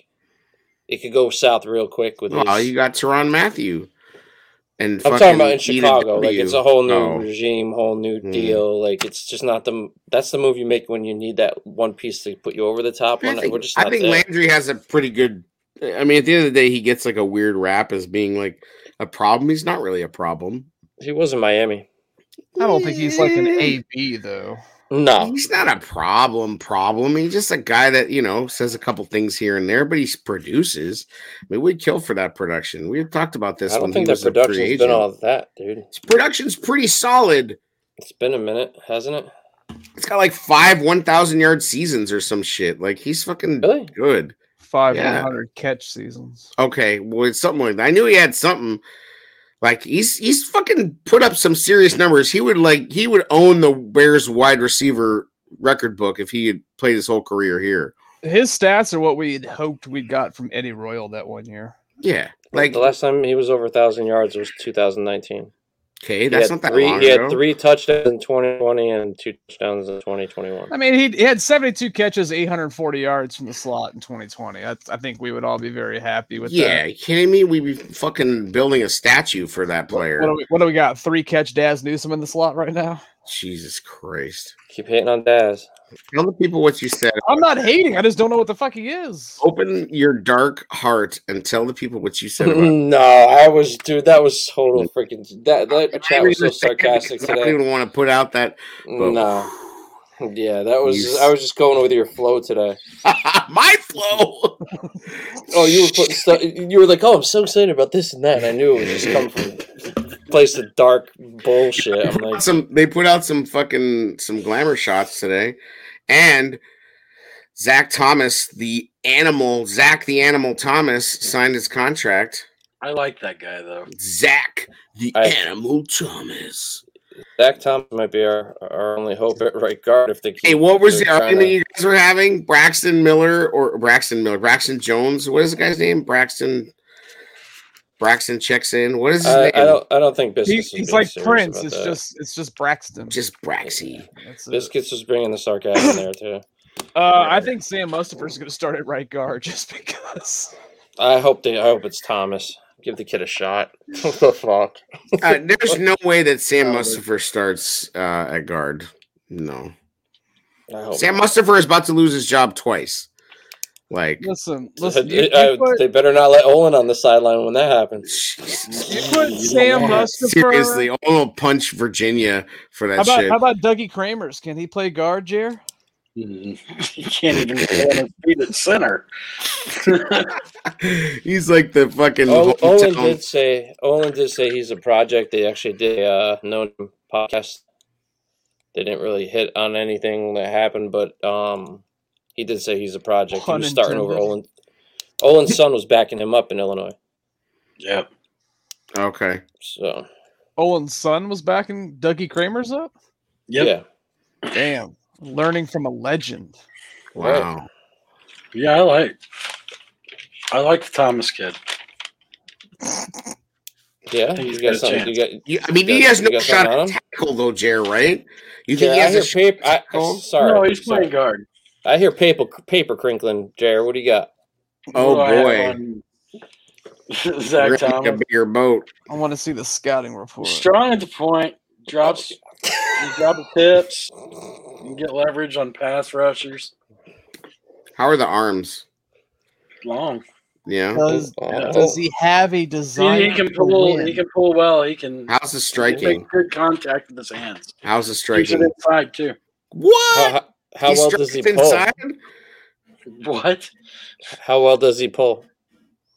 Speaker 4: It could go south real quick with.
Speaker 3: Well,
Speaker 4: his,
Speaker 3: Oh, you got Teron Matthew, and
Speaker 4: I'm
Speaker 3: fucking
Speaker 4: talking about in
Speaker 3: eat a
Speaker 4: Chicago, like
Speaker 3: W.
Speaker 4: it's a whole new
Speaker 3: No.
Speaker 4: regime, whole new
Speaker 3: Mm.
Speaker 4: deal. Like it's just not the that's the move you make when you need that one piece to put you over the top.
Speaker 3: I
Speaker 4: We're, not,
Speaker 3: think,
Speaker 4: we're just
Speaker 3: I
Speaker 4: not
Speaker 3: think
Speaker 4: there.
Speaker 3: Landry has a pretty good. I mean, at the end of the day, he gets like a weird rap as being like a problem. He's not really a problem.
Speaker 4: he was in Miami.
Speaker 6: I don't think he's like an AB though.
Speaker 4: No,
Speaker 3: He's not a problem. Problem. He's just a guy that you know says a couple things here and there, but he produces. I mean, we'd kill for that production. We talked about this.
Speaker 4: I don't
Speaker 3: when he
Speaker 4: think that
Speaker 3: was a free
Speaker 4: production's been
Speaker 3: agent.
Speaker 4: all that, dude.
Speaker 3: His production's pretty solid.
Speaker 4: It's been a minute, hasn't it?
Speaker 3: It's got like five one thousand yard seasons or some shit. Like he's fucking
Speaker 4: Really?
Speaker 3: good.
Speaker 6: Five
Speaker 3: Yeah.
Speaker 6: 100 catch seasons.
Speaker 3: Okay, well, it's something like that. I knew he had something. Like he's he's fucking put up some serious numbers. He would like he would own the Bears wide receiver record book if he had played his whole career here.
Speaker 6: His stats are what we had hoped we got from Eddie Royal that one year.
Speaker 3: Yeah, like
Speaker 4: the last time he was over thousand yards was 2019.
Speaker 3: okay,
Speaker 4: He
Speaker 3: that's
Speaker 4: had
Speaker 3: not that
Speaker 4: three,
Speaker 3: long
Speaker 4: He
Speaker 3: ago.
Speaker 4: had three touchdowns in 2020 and two touchdowns in 2021.
Speaker 6: I mean, he, he had 72 catches, 840 yards from the slot in 2020. I, I think we would all be very happy with
Speaker 3: yeah,
Speaker 6: that.
Speaker 3: you kidding me? We'd be fucking building a statue for that player.
Speaker 6: What do, we, what do we got? Three catch Daz Newsome in the slot right now?
Speaker 3: Jesus Christ!
Speaker 4: Keep hitting on Daz.
Speaker 3: Tell the people what you said.
Speaker 6: I'm not hating. I just don't know what the fuck he is.
Speaker 3: Open your dark heart and tell the people what you said. About
Speaker 4: no, I was, dude. That was total freaking. That that chat was so sarcastic
Speaker 3: I don't
Speaker 4: today.
Speaker 3: even want to put out that. but-
Speaker 4: No, yeah, that was.
Speaker 3: You-
Speaker 4: I was just going with your flow today.
Speaker 3: My flow.
Speaker 4: Oh, you were putting stuff. You were like, "Oh, I'm so excited about this and that." And I knew it was just coming from a place of dark bullshit. I'm like,
Speaker 3: some they put out some fucking some glamour shots today, and Zach Thomas, the animal, Zach the animal Thomas signed his contract.
Speaker 5: I like that guy though.
Speaker 3: Zach the
Speaker 4: I-
Speaker 3: animal Thomas.
Speaker 4: Zach Thomas might be our, our only hope at right guard if they. Keep
Speaker 3: Hey, what was the
Speaker 4: they're trying
Speaker 3: argument
Speaker 4: to-
Speaker 3: you guys were having? Braxton Miller or Braxton Miller, Braxton Jones? What is the guy's name? Braxton. Braxton checks in. What is his
Speaker 4: Uh, I,
Speaker 3: name?
Speaker 4: I don't. I don't think
Speaker 6: He-
Speaker 4: business. is
Speaker 6: he's
Speaker 4: being
Speaker 6: like
Speaker 4: serious
Speaker 6: Prince.
Speaker 4: about
Speaker 6: It's
Speaker 4: that.
Speaker 6: just it's just Braxton.
Speaker 3: Just Braxy.
Speaker 6: That's it.
Speaker 4: Biscuits was bringing the sarcasm there too.
Speaker 6: Uh, I think Sam Mustafer's going to start at right guard just because.
Speaker 4: I hope they. I hope it's Thomas. Give the kid a shot. What the fuck?
Speaker 3: Uh, there's no way that Sam
Speaker 4: Oh, but-
Speaker 3: Mustafer starts uh, at guard. No,
Speaker 4: I hope.
Speaker 3: Sam Mustafer is about to lose his job twice. Like,
Speaker 6: Listen,
Speaker 4: I-
Speaker 6: listen. You,
Speaker 4: I-
Speaker 6: you put,
Speaker 4: they better not let Olin on the sideline when that happens.
Speaker 6: you
Speaker 3: Jesus.
Speaker 6: put Sam Mustafer.
Speaker 3: oh, seriously, Olin will punch Virginia for that
Speaker 6: How about
Speaker 3: shit.
Speaker 6: how about Dougie Kramers? Can he play guard, Jer?
Speaker 5: Mhm.
Speaker 4: Mm-hmm.
Speaker 5: he can't even get on his feet at center.
Speaker 3: He's like the fucking
Speaker 4: O- Oh, Olin
Speaker 3: hometown-
Speaker 4: did say. Olin did say he's a project. They actually did a uh, known podcast. They didn't really hit on anything that happened, but um, He did say he's a project. He
Speaker 6: Pun
Speaker 4: was starting over
Speaker 6: intended.
Speaker 4: Olin. Olin's son was backing him up in Illinois.
Speaker 5: Yep.
Speaker 3: Okay.
Speaker 4: So
Speaker 6: Owen's son was backing Dougie Kramer's up.
Speaker 4: yeah,
Speaker 6: Damn, learning from a legend.
Speaker 3: Wow.
Speaker 5: Yeah, I like. I like the Thomas kid.
Speaker 4: yeah.
Speaker 5: think
Speaker 4: He's
Speaker 5: he's
Speaker 4: got
Speaker 5: got a
Speaker 4: something. You got,
Speaker 3: You, I mean,
Speaker 4: You
Speaker 3: he
Speaker 4: got-
Speaker 3: has
Speaker 4: you
Speaker 3: no
Speaker 4: got
Speaker 3: shot
Speaker 4: something on
Speaker 3: at
Speaker 4: him?
Speaker 3: tackle though, Jer. Right? You think
Speaker 4: yeah,
Speaker 3: he
Speaker 4: I
Speaker 3: has
Speaker 4: hear
Speaker 3: a shot?
Speaker 4: paper. I,
Speaker 3: tackle?
Speaker 4: sorry,
Speaker 5: no, he's
Speaker 4: sorry.
Speaker 5: playing guard.
Speaker 4: I hear paper paper crinkling. Jared, what do you got?
Speaker 3: Oh
Speaker 5: What do I have
Speaker 3: boy,
Speaker 5: on
Speaker 3: We're
Speaker 5: Zach
Speaker 3: gonna make
Speaker 5: Thomas
Speaker 3: a bigger boat.
Speaker 6: I want to see the scouting report.
Speaker 5: strong at the point, drops, you drop the tips, you get leverage on pass rushers.
Speaker 3: How are the arms?
Speaker 5: Long.
Speaker 4: Uh,
Speaker 3: Yeah.
Speaker 6: Does, does he have a design?
Speaker 5: He, he can
Speaker 6: to
Speaker 5: pull.
Speaker 6: win?
Speaker 5: He can pull well. He can.
Speaker 3: How's the
Speaker 5: he can
Speaker 3: striking?
Speaker 5: make good contact with his hands.
Speaker 3: How's the
Speaker 5: Keeps
Speaker 3: striking?
Speaker 5: it inside too.
Speaker 3: What?
Speaker 4: How, how well does he
Speaker 3: strikes
Speaker 4: pull?
Speaker 3: inside?
Speaker 5: What?
Speaker 4: How well does he pull?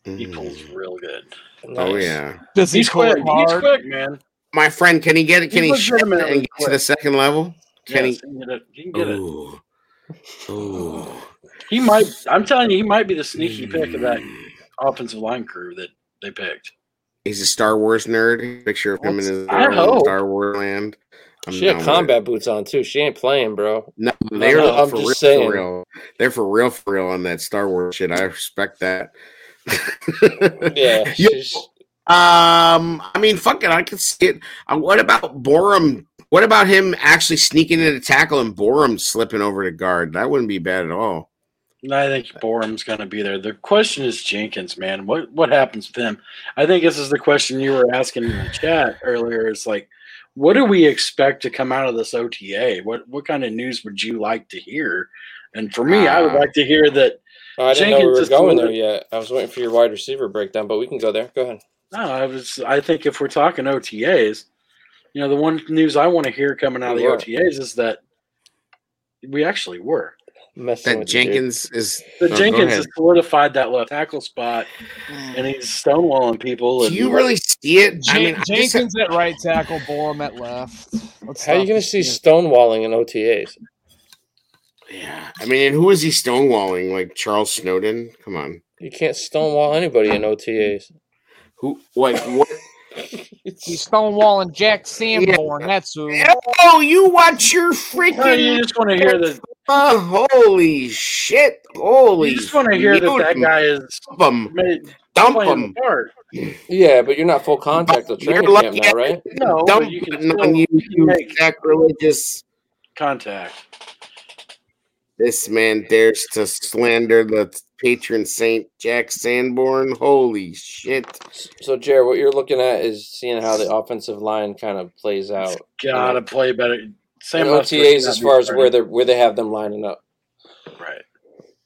Speaker 5: He
Speaker 3: Mm.
Speaker 5: pulls real good.
Speaker 3: Oh
Speaker 4: Nice.
Speaker 3: yeah.
Speaker 6: Does he
Speaker 5: He's
Speaker 6: pull it
Speaker 5: quick. He's
Speaker 6: hard?
Speaker 5: quick, man.
Speaker 3: My friend, can he get it? Can he,
Speaker 5: He's
Speaker 3: shift it
Speaker 5: legitimately
Speaker 3: and get to the
Speaker 5: quick.
Speaker 3: second level? Can
Speaker 5: Yes, he can get it. He can
Speaker 3: he?
Speaker 5: get it.
Speaker 3: Ooh. Ooh.
Speaker 5: He might. I'm telling you, he might be the sneaky pick of that
Speaker 3: Hmm.
Speaker 5: offensive line crew that they picked.
Speaker 3: He's a Star Wars nerd. Picture of him in his
Speaker 5: I hope.
Speaker 3: Star Wars land. I'm
Speaker 4: She
Speaker 3: down
Speaker 4: had
Speaker 3: with
Speaker 4: combat boots on too. She ain't playing, bro.
Speaker 3: it. No, they're
Speaker 4: no, I'm
Speaker 3: for,
Speaker 4: just
Speaker 3: real,
Speaker 4: saying.
Speaker 3: for real. They're for real, for real on that Star Wars shit. I respect that.
Speaker 4: Yeah,
Speaker 3: Yo,
Speaker 4: she's,
Speaker 3: Um, I mean, fuck it, I could see it. Uh, what about Borum? What about him actually sneaking in a tackle and Borum slipping over to guard? That wouldn't be bad at all.
Speaker 5: And I think Borum's going to be there. The question is Jenkins, man. What what happens with him? I think this is the question you were asking in the chat earlier. Is like, what do we expect to come out of this OTA? What what kind of news would you like to hear? And for me, I would
Speaker 3: Ah.
Speaker 5: like to hear that.
Speaker 4: oh, I didn't know we
Speaker 5: Jenkins
Speaker 4: were
Speaker 5: is
Speaker 4: going
Speaker 5: the-
Speaker 4: there yet. I was waiting for your wide receiver breakdown, but we can go there. Go ahead.
Speaker 5: No, I was. I think if we're talking OTAs, you know, the one news I want to hear coming out of the
Speaker 4: We were.
Speaker 5: OTAs is that we actually were.
Speaker 4: Messing
Speaker 3: That
Speaker 4: with you, dude.
Speaker 3: Jenkins is
Speaker 5: That
Speaker 3: Oh, go
Speaker 5: Jenkins
Speaker 3: ahead.
Speaker 5: has solidified that left tackle spot, and he's stonewalling people.
Speaker 3: Do
Speaker 5: and-
Speaker 3: you really see it? I
Speaker 6: Jen-
Speaker 3: mean, I just-
Speaker 6: Jenkins at right tackle, Borum at left. Let's
Speaker 4: How are you
Speaker 6: stop
Speaker 4: going to
Speaker 6: this
Speaker 4: see
Speaker 6: shit.
Speaker 4: stonewalling in OTAs?
Speaker 3: yeah. I mean, and who is he stonewalling? Like Charles Snowden? Come on.
Speaker 4: You can't stonewall anybody in OTAs.
Speaker 3: Who? Like what?
Speaker 6: He's stonewalling Jack Sanborn. That's who.
Speaker 3: oh, you watch your
Speaker 5: No, you
Speaker 3: freaking.
Speaker 5: just want to hear that.
Speaker 3: Oh, holy shit! Holy.
Speaker 5: You just want to hear that that guy is
Speaker 3: Dump him.
Speaker 5: made,
Speaker 3: Dump
Speaker 5: playing
Speaker 3: him.
Speaker 5: the part.
Speaker 4: Yeah, but you're not full contact with
Speaker 3: You're
Speaker 4: training camp
Speaker 3: lucky
Speaker 4: now, right?
Speaker 5: No,
Speaker 3: Dump
Speaker 5: but you can
Speaker 3: button
Speaker 5: still
Speaker 3: on
Speaker 5: you can
Speaker 3: YouTube.
Speaker 5: make
Speaker 3: Sacrilegious.
Speaker 5: contact.
Speaker 3: This man dares to slander the patron saint Jack Sanborn. Holy shit.
Speaker 4: So, Jared, what you're looking at is seeing how the offensive line kind of plays out.
Speaker 5: Gotta play better.
Speaker 4: In
Speaker 5: Same
Speaker 4: OTAs, as far as where they where they have them lining up.
Speaker 5: right.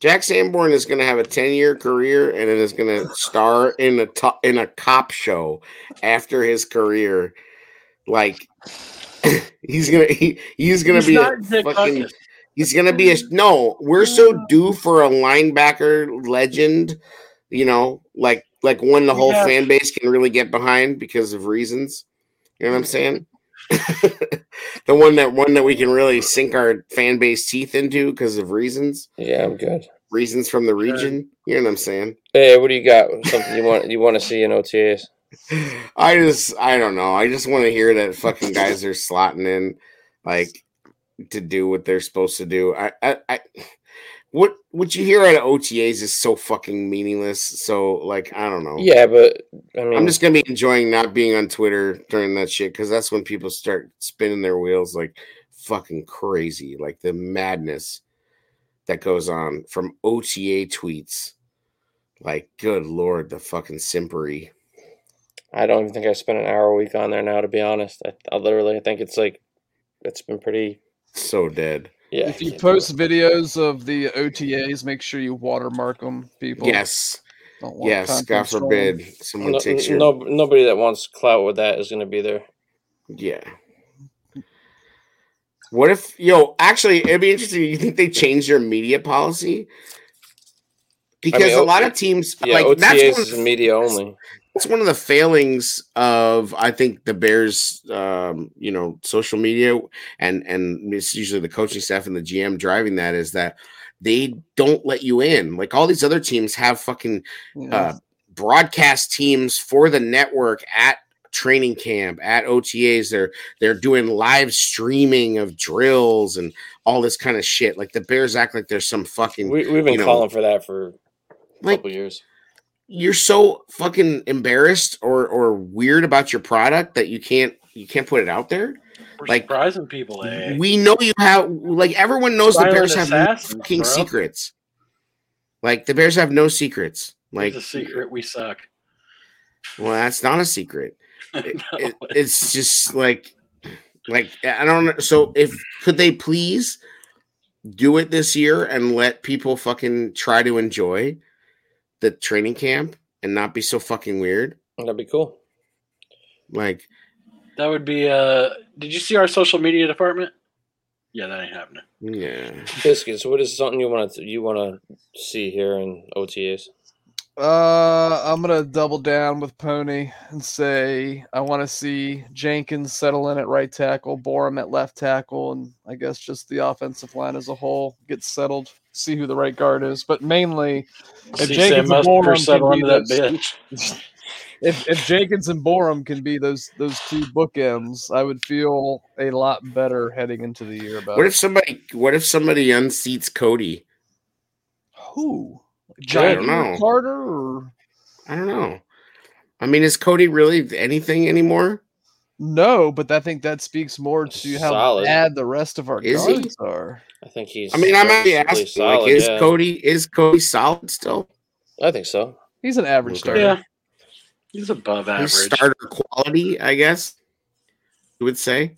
Speaker 3: Jack Sanborn is going to have a 10 year career and it is going to star in a to- in a cop show after his career. Like he's going to he, he's going to
Speaker 5: He's
Speaker 3: be a
Speaker 5: not Dick
Speaker 3: fucking
Speaker 5: Buckus.
Speaker 3: He's gonna be a no. We're so due for a linebacker legend, you know, like like one the whole
Speaker 5: Yeah.
Speaker 3: fan base can really get behind because of reasons. You know what I'm saying? the one that one that we can really sink our fan base teeth into because of reasons,
Speaker 4: Yeah, I'm good.
Speaker 3: reasons from the region. You know what I'm saying?
Speaker 4: Hey, what do you got? Something you want you want to see in OTAs?
Speaker 3: I just I don't know. I just want to hear that fucking guys are slotting in like to do what they're supposed to do. I I, I what what you hear out of OTAs is so fucking meaningless. So like I don't know.
Speaker 4: Yeah, but I mean,
Speaker 3: I'm just gonna be enjoying not being on Twitter during that shit because that's when people start spinning their wheels like fucking crazy, like the madness that goes on from OTA tweets. Like, good lord, the fucking simpery.
Speaker 4: I don't even think I spent an hour a week on there now. To be honest, I, I literally I think it's like it's been pretty.
Speaker 3: So dead.
Speaker 4: Yeah,
Speaker 6: If you post videos of the OTAs, make sure you watermark them, people.
Speaker 3: Yes.
Speaker 6: Don't want
Speaker 3: Yes,
Speaker 6: content
Speaker 3: God
Speaker 6: stolen.
Speaker 3: forbid
Speaker 4: no,
Speaker 3: someone takes your
Speaker 4: no, nobody that wants clout with that is going to be there.
Speaker 3: yeah. What if yo? Actually, it'd be interesting. You think they change their media policy? Because a
Speaker 4: O-
Speaker 3: lot of teams,
Speaker 4: Yeah,
Speaker 3: like that's
Speaker 4: OTAs
Speaker 3: one, of
Speaker 4: is
Speaker 3: the-
Speaker 4: media only.
Speaker 3: that's one of the failings of I think the Bears, um, you know, social media and and it's usually the coaching staff and the GM driving that is that they don't let you in. Like all these other teams have fucking uh, broadcast teams for the network at training camp, at OTAs. They're they're doing live streaming of drills and all this kind of shit. Like the Bears act like there's some fucking.
Speaker 4: We, we've been
Speaker 3: you know,
Speaker 4: calling for that for a
Speaker 3: Like-
Speaker 4: couple years.
Speaker 3: you're so fucking embarrassed or or weird about your product that you can't you can't put it out there.
Speaker 5: We're
Speaker 3: Like-
Speaker 5: surprising people. Eh?
Speaker 3: We know you have like everyone knows
Speaker 5: Silent
Speaker 3: the Bears have no
Speaker 5: assassins,
Speaker 3: fucking
Speaker 5: bro.
Speaker 3: secrets. Like the Bears have no secrets. Like
Speaker 5: it's a secret. We suck.
Speaker 3: well, that's not a secret. It-
Speaker 5: No,
Speaker 3: it- it's just like like I don't know. So if could they please do it this year and let people fucking try to enjoy the training camp and not be so fucking weird?
Speaker 4: That'd be cool.
Speaker 3: Like
Speaker 5: That would be. Uh, did you see our social media department? Yeah, that ain't happening.
Speaker 3: Yeah.
Speaker 4: Biscuits, what is something you want to you want to see here in OTAs?
Speaker 6: Uh, I'm gonna double down with Pony and say I want to see Jenkins settle in at right tackle, Borum at left tackle, and I guess just the offensive line as a whole get settled. See who the right guard is, but mainly if
Speaker 5: See Sam
Speaker 6: Jenkins and
Speaker 5: Muster
Speaker 6: Borum
Speaker 5: settle
Speaker 6: can
Speaker 5: under
Speaker 6: be
Speaker 5: that
Speaker 6: those-
Speaker 5: bench.
Speaker 6: if, if Jenkins and Borum can be those those two bookends, I would feel a lot better heading into the year about
Speaker 3: What
Speaker 6: it.
Speaker 3: if somebody? What if somebody unseats Cody?
Speaker 6: who
Speaker 3: I
Speaker 6: Jenkins
Speaker 3: don't
Speaker 6: or
Speaker 3: know.
Speaker 6: Carter or
Speaker 3: I don't know. I mean, is Cody really anything anymore?
Speaker 6: No, but I think that speaks more to how
Speaker 4: Solid.
Speaker 6: bad the rest of our
Speaker 3: Is he?
Speaker 6: guards are.
Speaker 4: I think he's.
Speaker 3: I mean, I might be
Speaker 4: relatively
Speaker 3: asking. like, is
Speaker 4: yeah.
Speaker 3: Cody is Cody solid still?
Speaker 4: I think so.
Speaker 6: He's an average
Speaker 3: Okay.
Speaker 6: starter.
Speaker 5: Yeah, he's above average.
Speaker 3: He's starter quality, I guess. You would say,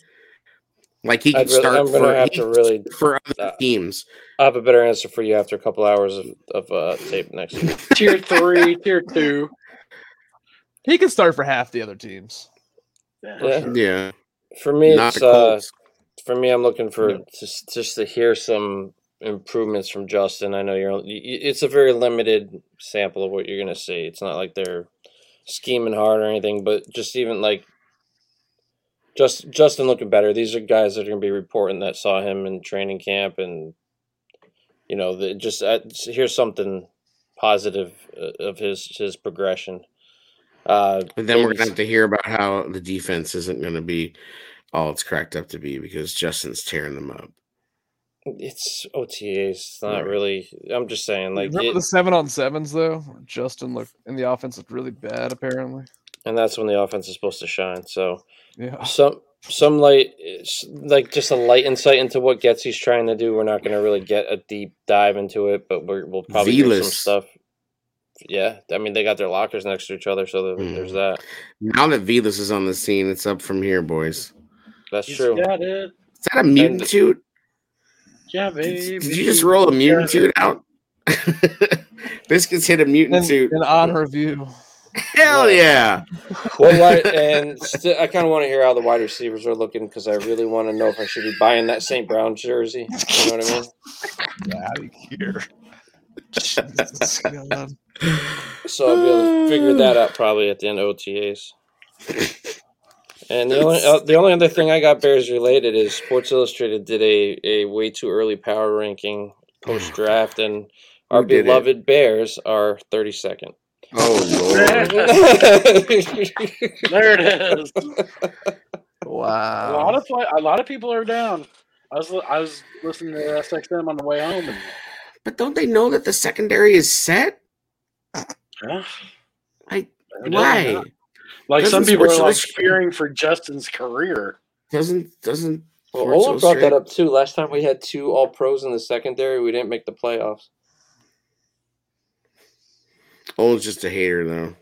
Speaker 3: like he
Speaker 4: I'd
Speaker 3: could
Speaker 4: really-
Speaker 3: start
Speaker 4: I'm
Speaker 3: for
Speaker 4: gonna have
Speaker 3: he
Speaker 4: to
Speaker 3: could
Speaker 4: really.
Speaker 3: start for other
Speaker 4: uh,
Speaker 3: teams.
Speaker 4: I have a better answer for you after a couple hours of, of uh, tape next week.
Speaker 5: tier three, tier two.
Speaker 6: He can start for half the other teams.
Speaker 5: Yeah.
Speaker 4: Yeah.
Speaker 3: Yeah,
Speaker 4: For me,
Speaker 3: not
Speaker 4: it's
Speaker 3: the
Speaker 4: uh,
Speaker 3: Colts.
Speaker 4: for me. I'm looking for just just to hear some improvements from Justin. I know you're. on- y- y- It's a very limited sample of what you're gonna see. It's not like they're scheming hard or anything, but just even like just Justin looking better. These are guys that are gonna be reporting that saw him in training camp, and you know, the, just uh, s- here's something positive uh, of his his progression. Uh,
Speaker 3: but then we're
Speaker 4: maybe
Speaker 3: gonna have to hear about how the defense isn't gonna be all it's cracked up to be because Justin's tearing them up.
Speaker 4: It's OTAs. It's not
Speaker 3: Right.
Speaker 4: really. I'm just saying, like,
Speaker 6: Remember
Speaker 4: it-
Speaker 6: the seven on sevens though? Justin looked and the offense looked really bad apparently.
Speaker 4: and that's when the offense is supposed to shine. So
Speaker 6: Yeah.
Speaker 4: some some light, s- like just a light insight into what Getsy's trying to do. We're not going to really get a deep dive into it, but we're, we'll probably hear some
Speaker 3: Velas.
Speaker 4: stuff. Yeah, I mean, they got their lockers next to each other, so there, there's
Speaker 3: Mhm.
Speaker 4: that.
Speaker 3: Now that Velas is on the scene, it's up from here, boys.
Speaker 4: That's
Speaker 5: He's
Speaker 4: true.
Speaker 5: got it.
Speaker 3: Is that a mutant
Speaker 4: And-
Speaker 3: toot?
Speaker 5: Yeah, baby.
Speaker 3: Did, did you just roll a mutant toot out? Biscuits hit a mutant
Speaker 6: And,
Speaker 3: toot.
Speaker 6: and on review.
Speaker 3: Hell yeah.
Speaker 4: Well, like, and sti- I kind of want to hear how the wide receivers are looking because I really want to know if I should be buying that St. Brown jersey. You know what I mean?
Speaker 6: out of here. Jesus, God.
Speaker 4: So I'll be able to figure that out probably at the end of OTAs. And the only uh, the only other thing I got Bears related is Sports Illustrated did a, a way too early power ranking post draft, and our
Speaker 3: did it?
Speaker 4: beloved Bears are thirty second.
Speaker 3: Oh, Lord.
Speaker 4: I
Speaker 5: There it is. A lot
Speaker 6: Wow.
Speaker 5: of fly- a lot of people are down. I was li- I was listening to SXM on the way home. And,
Speaker 3: But don't they know that the secondary is set?
Speaker 5: yeah,
Speaker 3: Like,
Speaker 5: there it is.
Speaker 3: why?
Speaker 5: Like
Speaker 3: Doesn't
Speaker 5: some people
Speaker 3: Sports
Speaker 5: are like
Speaker 3: Illustrated-
Speaker 5: fearing for Justin's career.
Speaker 3: Doesn't, doesn't,
Speaker 4: well,
Speaker 3: Sports
Speaker 4: Olin brought that
Speaker 3: Illustrated-
Speaker 4: up too. Last time we had two All Pros in the secondary, we didn't make the playoffs.
Speaker 3: Olin's just a hater, though.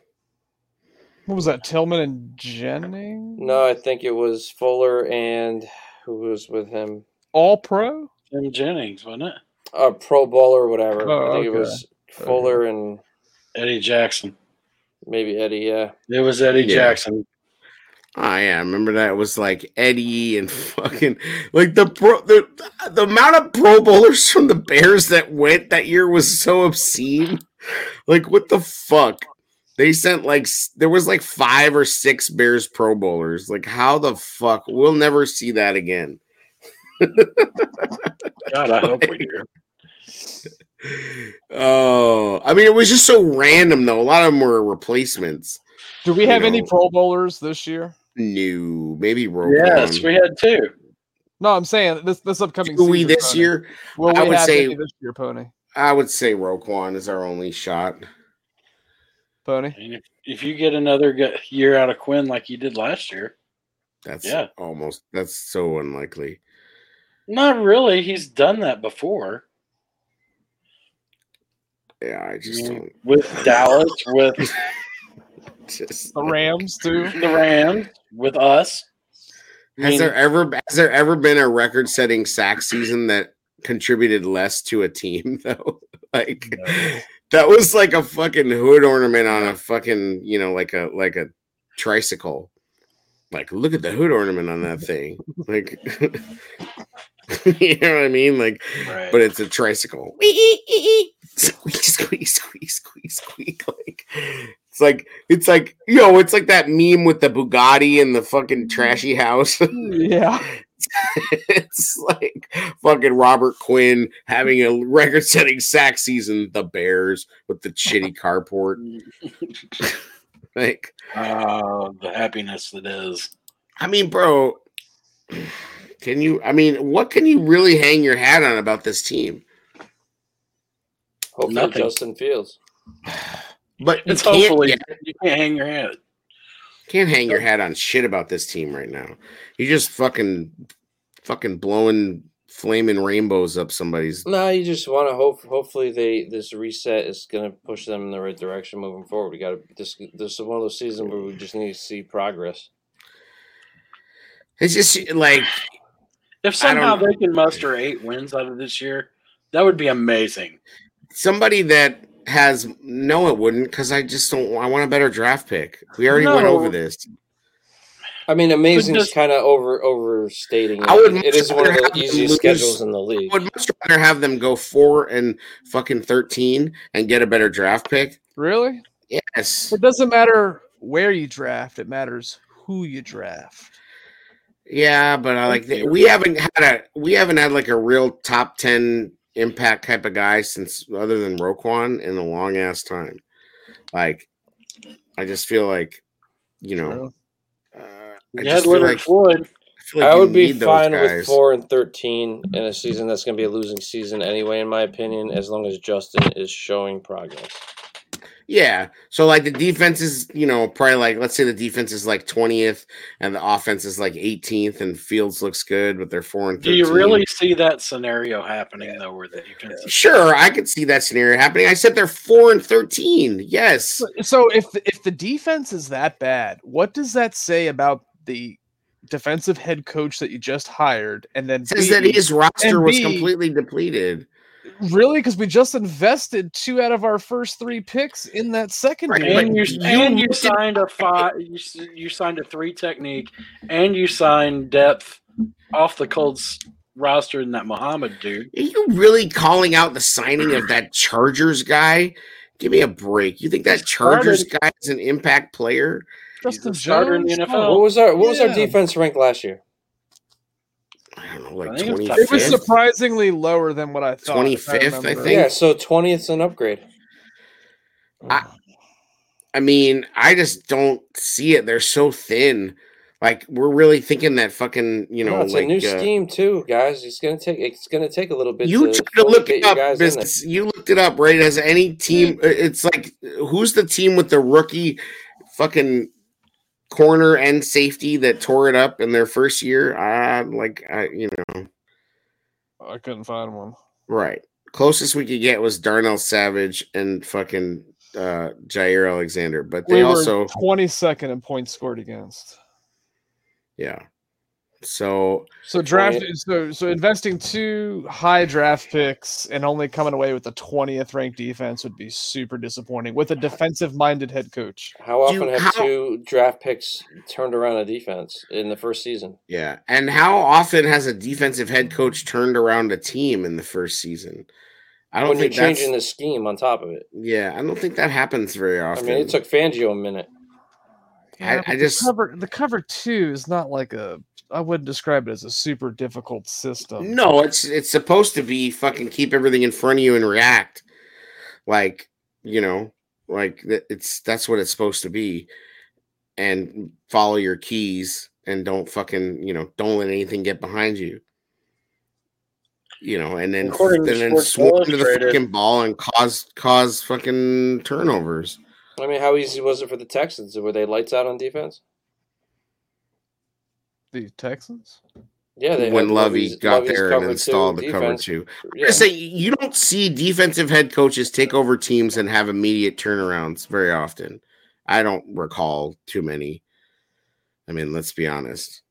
Speaker 6: What was that? Tillman and Jennings?
Speaker 4: No, I think it was Fuller and who was with him.
Speaker 6: All pro?
Speaker 5: Jim Jennings, wasn't it?
Speaker 4: a Pro Bowler or whatever. I
Speaker 6: Oh,
Speaker 4: think
Speaker 6: okay.
Speaker 4: it was Fuller and
Speaker 5: Eddie Jackson.
Speaker 4: maybe Eddie. Yeah,
Speaker 5: It was Eddie
Speaker 3: Yeah.
Speaker 5: Jackson.
Speaker 3: Oh yeah, I remember that. It was like Eddie and fucking like the pro the, the amount of Pro Bowlers from the Bears that went that year was so obscene. Like what the fuck? They sent like s- there was like five or six Bears Pro Bowlers. Like how the fuck? We'll never see that again.
Speaker 5: God, I hope we do.
Speaker 3: Oh, I mean, it was just so random though. A lot of them were replacements.
Speaker 6: Do we
Speaker 3: You
Speaker 6: have any
Speaker 3: know.
Speaker 6: Pro Bowlers this year?
Speaker 3: New, maybe Roquan.
Speaker 5: Yes, we had two.
Speaker 6: No, I'm saying this this upcoming.
Speaker 3: Do we
Speaker 6: season,
Speaker 3: this
Speaker 6: Pony.
Speaker 3: year?
Speaker 6: Will
Speaker 3: I
Speaker 6: we
Speaker 3: would
Speaker 6: have
Speaker 3: say-
Speaker 6: any this year, Pony.
Speaker 3: I would say Roquan is our only shot.
Speaker 6: Pony.
Speaker 5: I mean, if, if you get another go- year out of Quinn like you did last year,
Speaker 3: That's
Speaker 5: Yeah.
Speaker 3: almost that's so unlikely.
Speaker 5: not really. He's done that before
Speaker 3: Yeah, I just don't
Speaker 5: with Dallas, with
Speaker 3: just
Speaker 6: The Rams too.
Speaker 5: the Rams, with us. I
Speaker 3: Has
Speaker 5: mean,
Speaker 3: there ever has there ever been a record setting sack season that contributed less to a team though? like that was like a fucking hood ornament on a fucking, you know, like a like a tricycle. Like look at the hood ornament on that thing. Like you know what I mean? Like
Speaker 5: Right.
Speaker 3: but it's a tricycle. squeak, squeak, squeak, squeak, squeak. Like it's like it's like you know, it's like that meme with the Bugatti and the
Speaker 5: Mm.
Speaker 3: fucking trashy house.
Speaker 6: Yeah.
Speaker 3: it's like fucking Robert Quinn having a record-setting sack season. The Bears with the shitty carport. like,
Speaker 5: Ah, the happiness that is.
Speaker 3: I mean, bro, can you? I mean, what can you really hang your hat on about this team?
Speaker 4: Hopefully,
Speaker 5: Nothing.
Speaker 4: Justin Fields.
Speaker 3: But you
Speaker 5: It's
Speaker 3: can't-
Speaker 5: hopefully
Speaker 3: yeah,
Speaker 5: you can't hang your head.
Speaker 3: Can't hang your hat on shit about this team right now. You're just fucking, fucking blowing flaming rainbows up somebody's.
Speaker 4: No, you just want to hope. Hopefully, they this reset is going to push them in the right direction moving forward. We got to this. This is one of those seasons where we just need to see progress.
Speaker 3: It's just like, I
Speaker 5: If
Speaker 3: don't
Speaker 5: somehow
Speaker 3: know.
Speaker 5: they can muster eight wins out of this year, that would be amazing.
Speaker 3: somebody that has no, it wouldn't because I just don't. I want a better draft pick. We already went over
Speaker 5: No.
Speaker 3: this.
Speaker 4: I mean, amazing is
Speaker 5: just-
Speaker 4: kind of over overstating. it.
Speaker 3: I would
Speaker 4: it is
Speaker 3: much
Speaker 4: one of
Speaker 3: rather
Speaker 4: the
Speaker 3: have them
Speaker 4: easiest
Speaker 3: lose-
Speaker 4: schedules in the league.
Speaker 3: I would much rather have them go four and fucking thirteen and get a better draft pick.
Speaker 6: Really?
Speaker 3: Yes,
Speaker 6: It doesn't matter where you draft. It matters who you draft.
Speaker 3: yeah, but I like we haven't had a we haven't had like a real top ten impact type of guy since other than Roquan in a long ass time. Like, I just feel like you know, uh, I
Speaker 5: You
Speaker 3: just
Speaker 5: had
Speaker 3: feel
Speaker 5: Leonard
Speaker 3: like,
Speaker 5: Floyd.
Speaker 3: I feel like
Speaker 4: I
Speaker 3: you
Speaker 4: would be
Speaker 3: need those
Speaker 4: fine with
Speaker 3: guys.
Speaker 4: four and thirteen in a season that's going to be a losing season anyway, in my opinion. As long as Justin is showing progress,
Speaker 3: Yeah. So like the defense is, you know, probably like let's say the defense is like 20th and the offense is like 18th and Fields looks good but they're 4 and
Speaker 5: Do
Speaker 3: 13.
Speaker 5: you really see that scenario happening though, where the defense? is-
Speaker 3: Sure, I could see that scenario happening. I said they're 4 and 13. Yes.
Speaker 6: So- So if if the defense is that bad, what does that say about the defensive head coach that you just hired? And then
Speaker 3: It says that his roster was
Speaker 6: B.
Speaker 3: completely depleted.
Speaker 6: really because we just invested two out of our first three picks in that second
Speaker 3: Right,
Speaker 6: year.
Speaker 5: And you,
Speaker 3: you
Speaker 5: and you
Speaker 3: look at-
Speaker 5: signed a five. You, s- you signed a three technique, and you signed depth off the Colts roster in that Muhammad dude.
Speaker 3: Are you really calling out the signing of that Chargers guy? Give me a break. You think that Chargers guy is an impact player?
Speaker 6: Justin
Speaker 5: a starter in the
Speaker 6: Jones.
Speaker 5: NFL.
Speaker 6: Oh,
Speaker 4: what was our what was our
Speaker 6: yeah.
Speaker 4: defense ranked last year?
Speaker 3: I don't know,
Speaker 5: I
Speaker 3: like
Speaker 5: think it was
Speaker 3: 25th.
Speaker 5: top
Speaker 6: It was
Speaker 5: Fifth?
Speaker 6: surprisingly lower than what I thought. if
Speaker 3: 25th, I
Speaker 6: remember.
Speaker 3: think.
Speaker 4: Yeah, so twentieth's an upgrade.
Speaker 3: I mean, I just don't see it. They're so thin. Like we're really thinking that fucking you know
Speaker 4: no, it's
Speaker 3: like
Speaker 4: a new
Speaker 3: uh,
Speaker 4: scheme too, guys. It's gonna take it's gonna take a little bit.
Speaker 3: you
Speaker 4: to,
Speaker 3: tried to
Speaker 4: fully
Speaker 3: look
Speaker 4: get
Speaker 3: it
Speaker 4: your
Speaker 3: up.
Speaker 4: guys in Mm. there.
Speaker 3: Business. You looked it up, right? Has any team? uh, It's like who's the team with the rookie fucking corner and safety that tore it up in their first year? I like I you know
Speaker 6: I couldn't find one.
Speaker 3: right. Closest we could get was Darnell Savage and fucking uh Jair Alexander, but they
Speaker 6: we
Speaker 3: also
Speaker 6: were 22nd in points scored against.
Speaker 3: yeah. So
Speaker 6: So draft so so investing two high draft picks and only coming away with the 20th ranked defense would be super disappointing with a defensive minded head coach.
Speaker 4: How
Speaker 3: Do-
Speaker 4: often have
Speaker 3: how-
Speaker 4: two draft picks turned around a defense in the first season?
Speaker 3: Yeah. And how often has a defensive head coach turned around a team in the first season? I don't
Speaker 4: When you're
Speaker 3: think that's,
Speaker 4: changing the scheme on top of it.
Speaker 3: Yeah, I don't think that happens very
Speaker 4: I
Speaker 3: often.
Speaker 4: mean, it took Fangio a minute.
Speaker 6: Yeah,
Speaker 3: I,
Speaker 6: but
Speaker 3: I just
Speaker 6: the cover the cover two is not like a. I wouldn't describe it as a super difficult
Speaker 4: Um,
Speaker 6: system.
Speaker 3: no. It's it's supposed to be fucking keep everything in front of you and react, like you know, like th- it's that's what it's supposed to be, and follow your keys and don't fucking you know don't let anything get behind you. You know, and then
Speaker 4: According to
Speaker 3: and then
Speaker 4: Sports
Speaker 3: swarm to the
Speaker 4: Illustrated-
Speaker 3: fucking ball and cause cause fucking turnovers.
Speaker 4: I mean, how easy was it for the Texans? Were they lights out on defense?
Speaker 6: The Texans.
Speaker 4: Yeah, they
Speaker 3: when
Speaker 4: had
Speaker 3: Lovey
Speaker 4: Lovey's-
Speaker 3: got
Speaker 4: Lovey's
Speaker 3: there and
Speaker 4: covered
Speaker 3: installed
Speaker 4: two
Speaker 3: the cover
Speaker 4: defense.
Speaker 3: two.
Speaker 4: Yeah.
Speaker 3: I say you don't see defensive head coaches take over teams and have immediate turnarounds very often. I don't recall too many. I mean, let's be honest.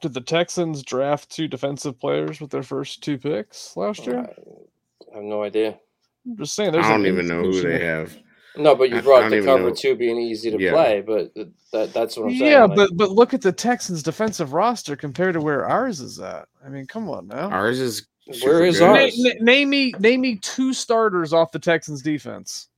Speaker 6: Did the Texans draft two defensive players with their first two picks last year?
Speaker 4: I have no idea.
Speaker 6: I'm just saying. There's
Speaker 3: Uh, I
Speaker 6: an
Speaker 3: don't even know who they
Speaker 6: institution.
Speaker 3: have.
Speaker 4: No, but you
Speaker 3: I- I
Speaker 4: brought
Speaker 3: don't
Speaker 4: up the
Speaker 3: even know.
Speaker 4: cover two being easy to
Speaker 3: Yeah.
Speaker 4: play, but th- that, that's what I'm saying.
Speaker 6: Yeah,
Speaker 4: like,
Speaker 6: but but look at the Texans' defensive roster compared to where ours is at. I mean, come on now.
Speaker 3: Ours is
Speaker 4: Oh. Where
Speaker 3: super
Speaker 4: is
Speaker 3: good.
Speaker 6: Na-
Speaker 4: ours?
Speaker 6: na- name me name me two starters off the Texans' defense.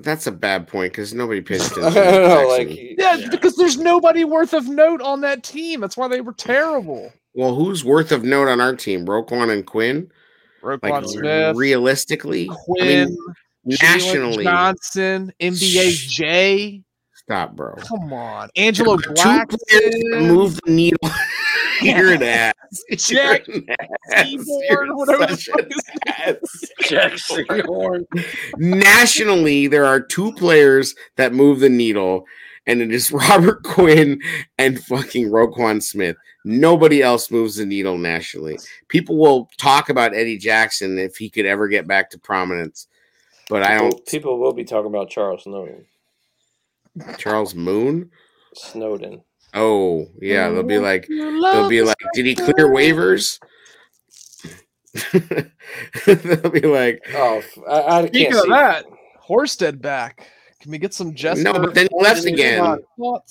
Speaker 3: That's a bad point because nobody pitched
Speaker 4: I don't know, like
Speaker 3: it.
Speaker 6: Yeah, because there's nobody worth of note on that team. That's why they were terrible.
Speaker 3: Well, who's worth of note on our team? Roquan and Quinn?
Speaker 6: Roquan
Speaker 3: Like
Speaker 6: Smith,
Speaker 3: realistically? I
Speaker 6: Quinn,
Speaker 3: mean,
Speaker 6: Jalen
Speaker 3: nationally.
Speaker 6: Johnson, NBA J.
Speaker 3: stop, bro.
Speaker 6: Come on, Angelo
Speaker 3: Two players that
Speaker 6: Blackson,
Speaker 3: move the needle. You're an ass. You're
Speaker 6: Jack
Speaker 3: an ass.
Speaker 6: Seaborn,
Speaker 3: You're
Speaker 6: whatever the
Speaker 3: such an
Speaker 6: fuck his
Speaker 3: ass.
Speaker 6: name is.
Speaker 5: Jack Seahorn.
Speaker 3: Nationally, there are two players that move the needle, and it is Robert Quinn and fucking Roquan Smith. Nobody else moves the needle nationally. People will talk about Eddie Jackson if he could ever get back to prominence, but I
Speaker 4: people,
Speaker 3: don't.
Speaker 4: people will be talking about Charles Snowden.
Speaker 3: Charles Moon.
Speaker 4: Snowden.
Speaker 3: Oh yeah, they'll be like,
Speaker 6: Oh,
Speaker 3: they'll be like, did he clear waivers? they'll be like,
Speaker 4: Oh, f- I, I can't
Speaker 6: Speaking
Speaker 4: see.
Speaker 6: of that, Horsted back. Can we get some Jester?
Speaker 3: no, but then he left again.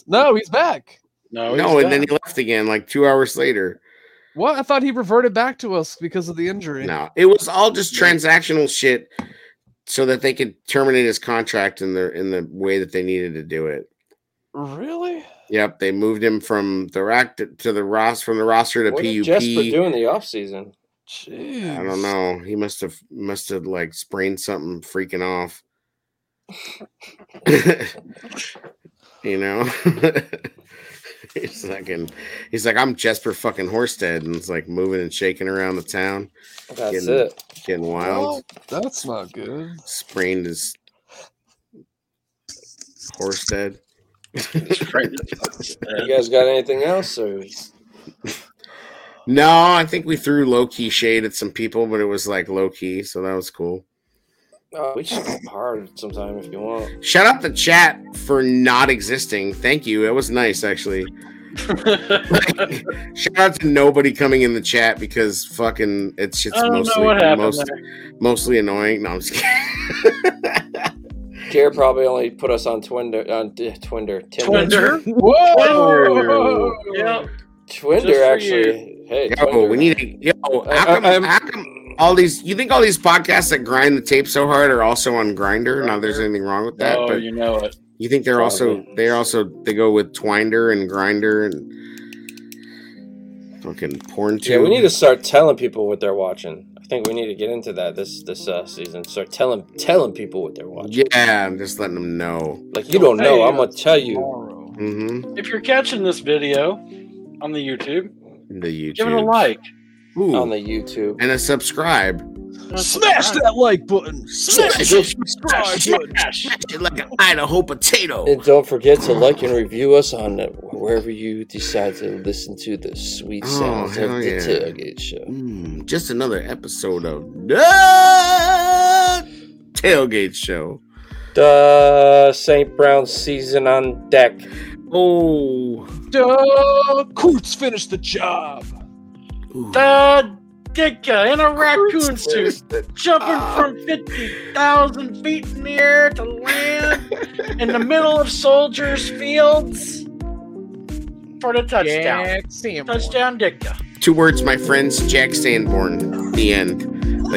Speaker 6: No, he's back.
Speaker 5: No, Oh, he's
Speaker 3: No, and then
Speaker 5: back.
Speaker 3: he left again like two hours later.
Speaker 6: What? I thought he reverted back to us because of the injury.
Speaker 3: No, it was all just transactional shit, so that they could terminate his contract in the in the way that they needed to do it.
Speaker 6: Really?
Speaker 3: Yep, they moved him from the rack to, to the Ross from the roster to
Speaker 4: what did
Speaker 3: PUP.
Speaker 4: Jesper do in the offseason?
Speaker 6: Jeez.
Speaker 3: I don't know. He must have must have like sprained something, freaking off. you know, he's fucking. He's like, I'm Jesper fucking Horsted, and it's like moving and shaking around the town,
Speaker 4: That's
Speaker 3: Getting-
Speaker 4: it.
Speaker 3: getting
Speaker 6: Well,
Speaker 3: wild.
Speaker 6: that's not good.
Speaker 3: Sprained his Horsted.
Speaker 4: You guys got anything else? Or
Speaker 3: No, I think we threw low key shade at some people, but it was like low key, so that was cool.
Speaker 4: Oh, we should go hard sometime if you want.
Speaker 3: Shut up the chat for not existing. Thank you. It was nice actually. Shout out to nobody coming in the chat because fucking it's shit's
Speaker 5: I don't
Speaker 3: mostly
Speaker 5: know what happened.
Speaker 3: most,
Speaker 5: there.
Speaker 3: mostly annoying. No, I'm just kidding.
Speaker 4: Care probably only put us on Twinder. On uh, Twinder. Tinder.
Speaker 5: Twinder.
Speaker 6: Whoa!
Speaker 5: Yep. Just
Speaker 4: Twinder,
Speaker 5: for
Speaker 4: actually. Hey,
Speaker 3: yo,
Speaker 4: Twinder.
Speaker 3: we need a, yo.
Speaker 4: I-
Speaker 3: How come,
Speaker 4: I- I'm-
Speaker 3: how come all these? You think all these podcasts that grind the tape so hard are also on Grinder? Now there's anything wrong with that,
Speaker 5: Oh,
Speaker 3: but
Speaker 5: you know it.
Speaker 3: you think they're also
Speaker 4: Probably.
Speaker 3: they're also they go with Twinder and Grinder and fucking porn too.
Speaker 4: Yeah, we need to start telling people what they're watching. I think we need to get into that this this uh, season. Start telling telling people what they're watching.
Speaker 3: Yeah, I'm just letting them know.
Speaker 4: Like you don't know,
Speaker 5: Hey, uh,
Speaker 4: I'm gonna tell you.
Speaker 6: Tomorrow.
Speaker 3: Mm-hmm.
Speaker 5: If you're catching this video on the YouTube,
Speaker 3: The YouTube.
Speaker 5: give it a like.
Speaker 3: Ooh,
Speaker 4: On the YouTube,
Speaker 3: and a subscribe.
Speaker 6: Smash that like button. Smash that subscribe button.
Speaker 3: like an Idaho potato.
Speaker 4: and don't forget to like and review us on it, wherever you decide to listen to the sweet
Speaker 3: Oh,
Speaker 4: sounds of
Speaker 3: hell
Speaker 4: the
Speaker 3: yeah.
Speaker 4: tailgate show.
Speaker 3: Mm, just another episode of the Tailgate Show.
Speaker 4: The St. Brown season on deck.
Speaker 3: Oh,
Speaker 6: Duh, Coots finished the job.
Speaker 3: Ooh.
Speaker 5: The Dicka in a raccoon suit,
Speaker 3: It's
Speaker 5: jumping from 50,000 feet in the air to land in the middle of soldiers' fields for the touchdown.
Speaker 6: Sam.
Speaker 5: Touchdown Dicka.
Speaker 3: two words, my friends. Jack Sanborn. The end.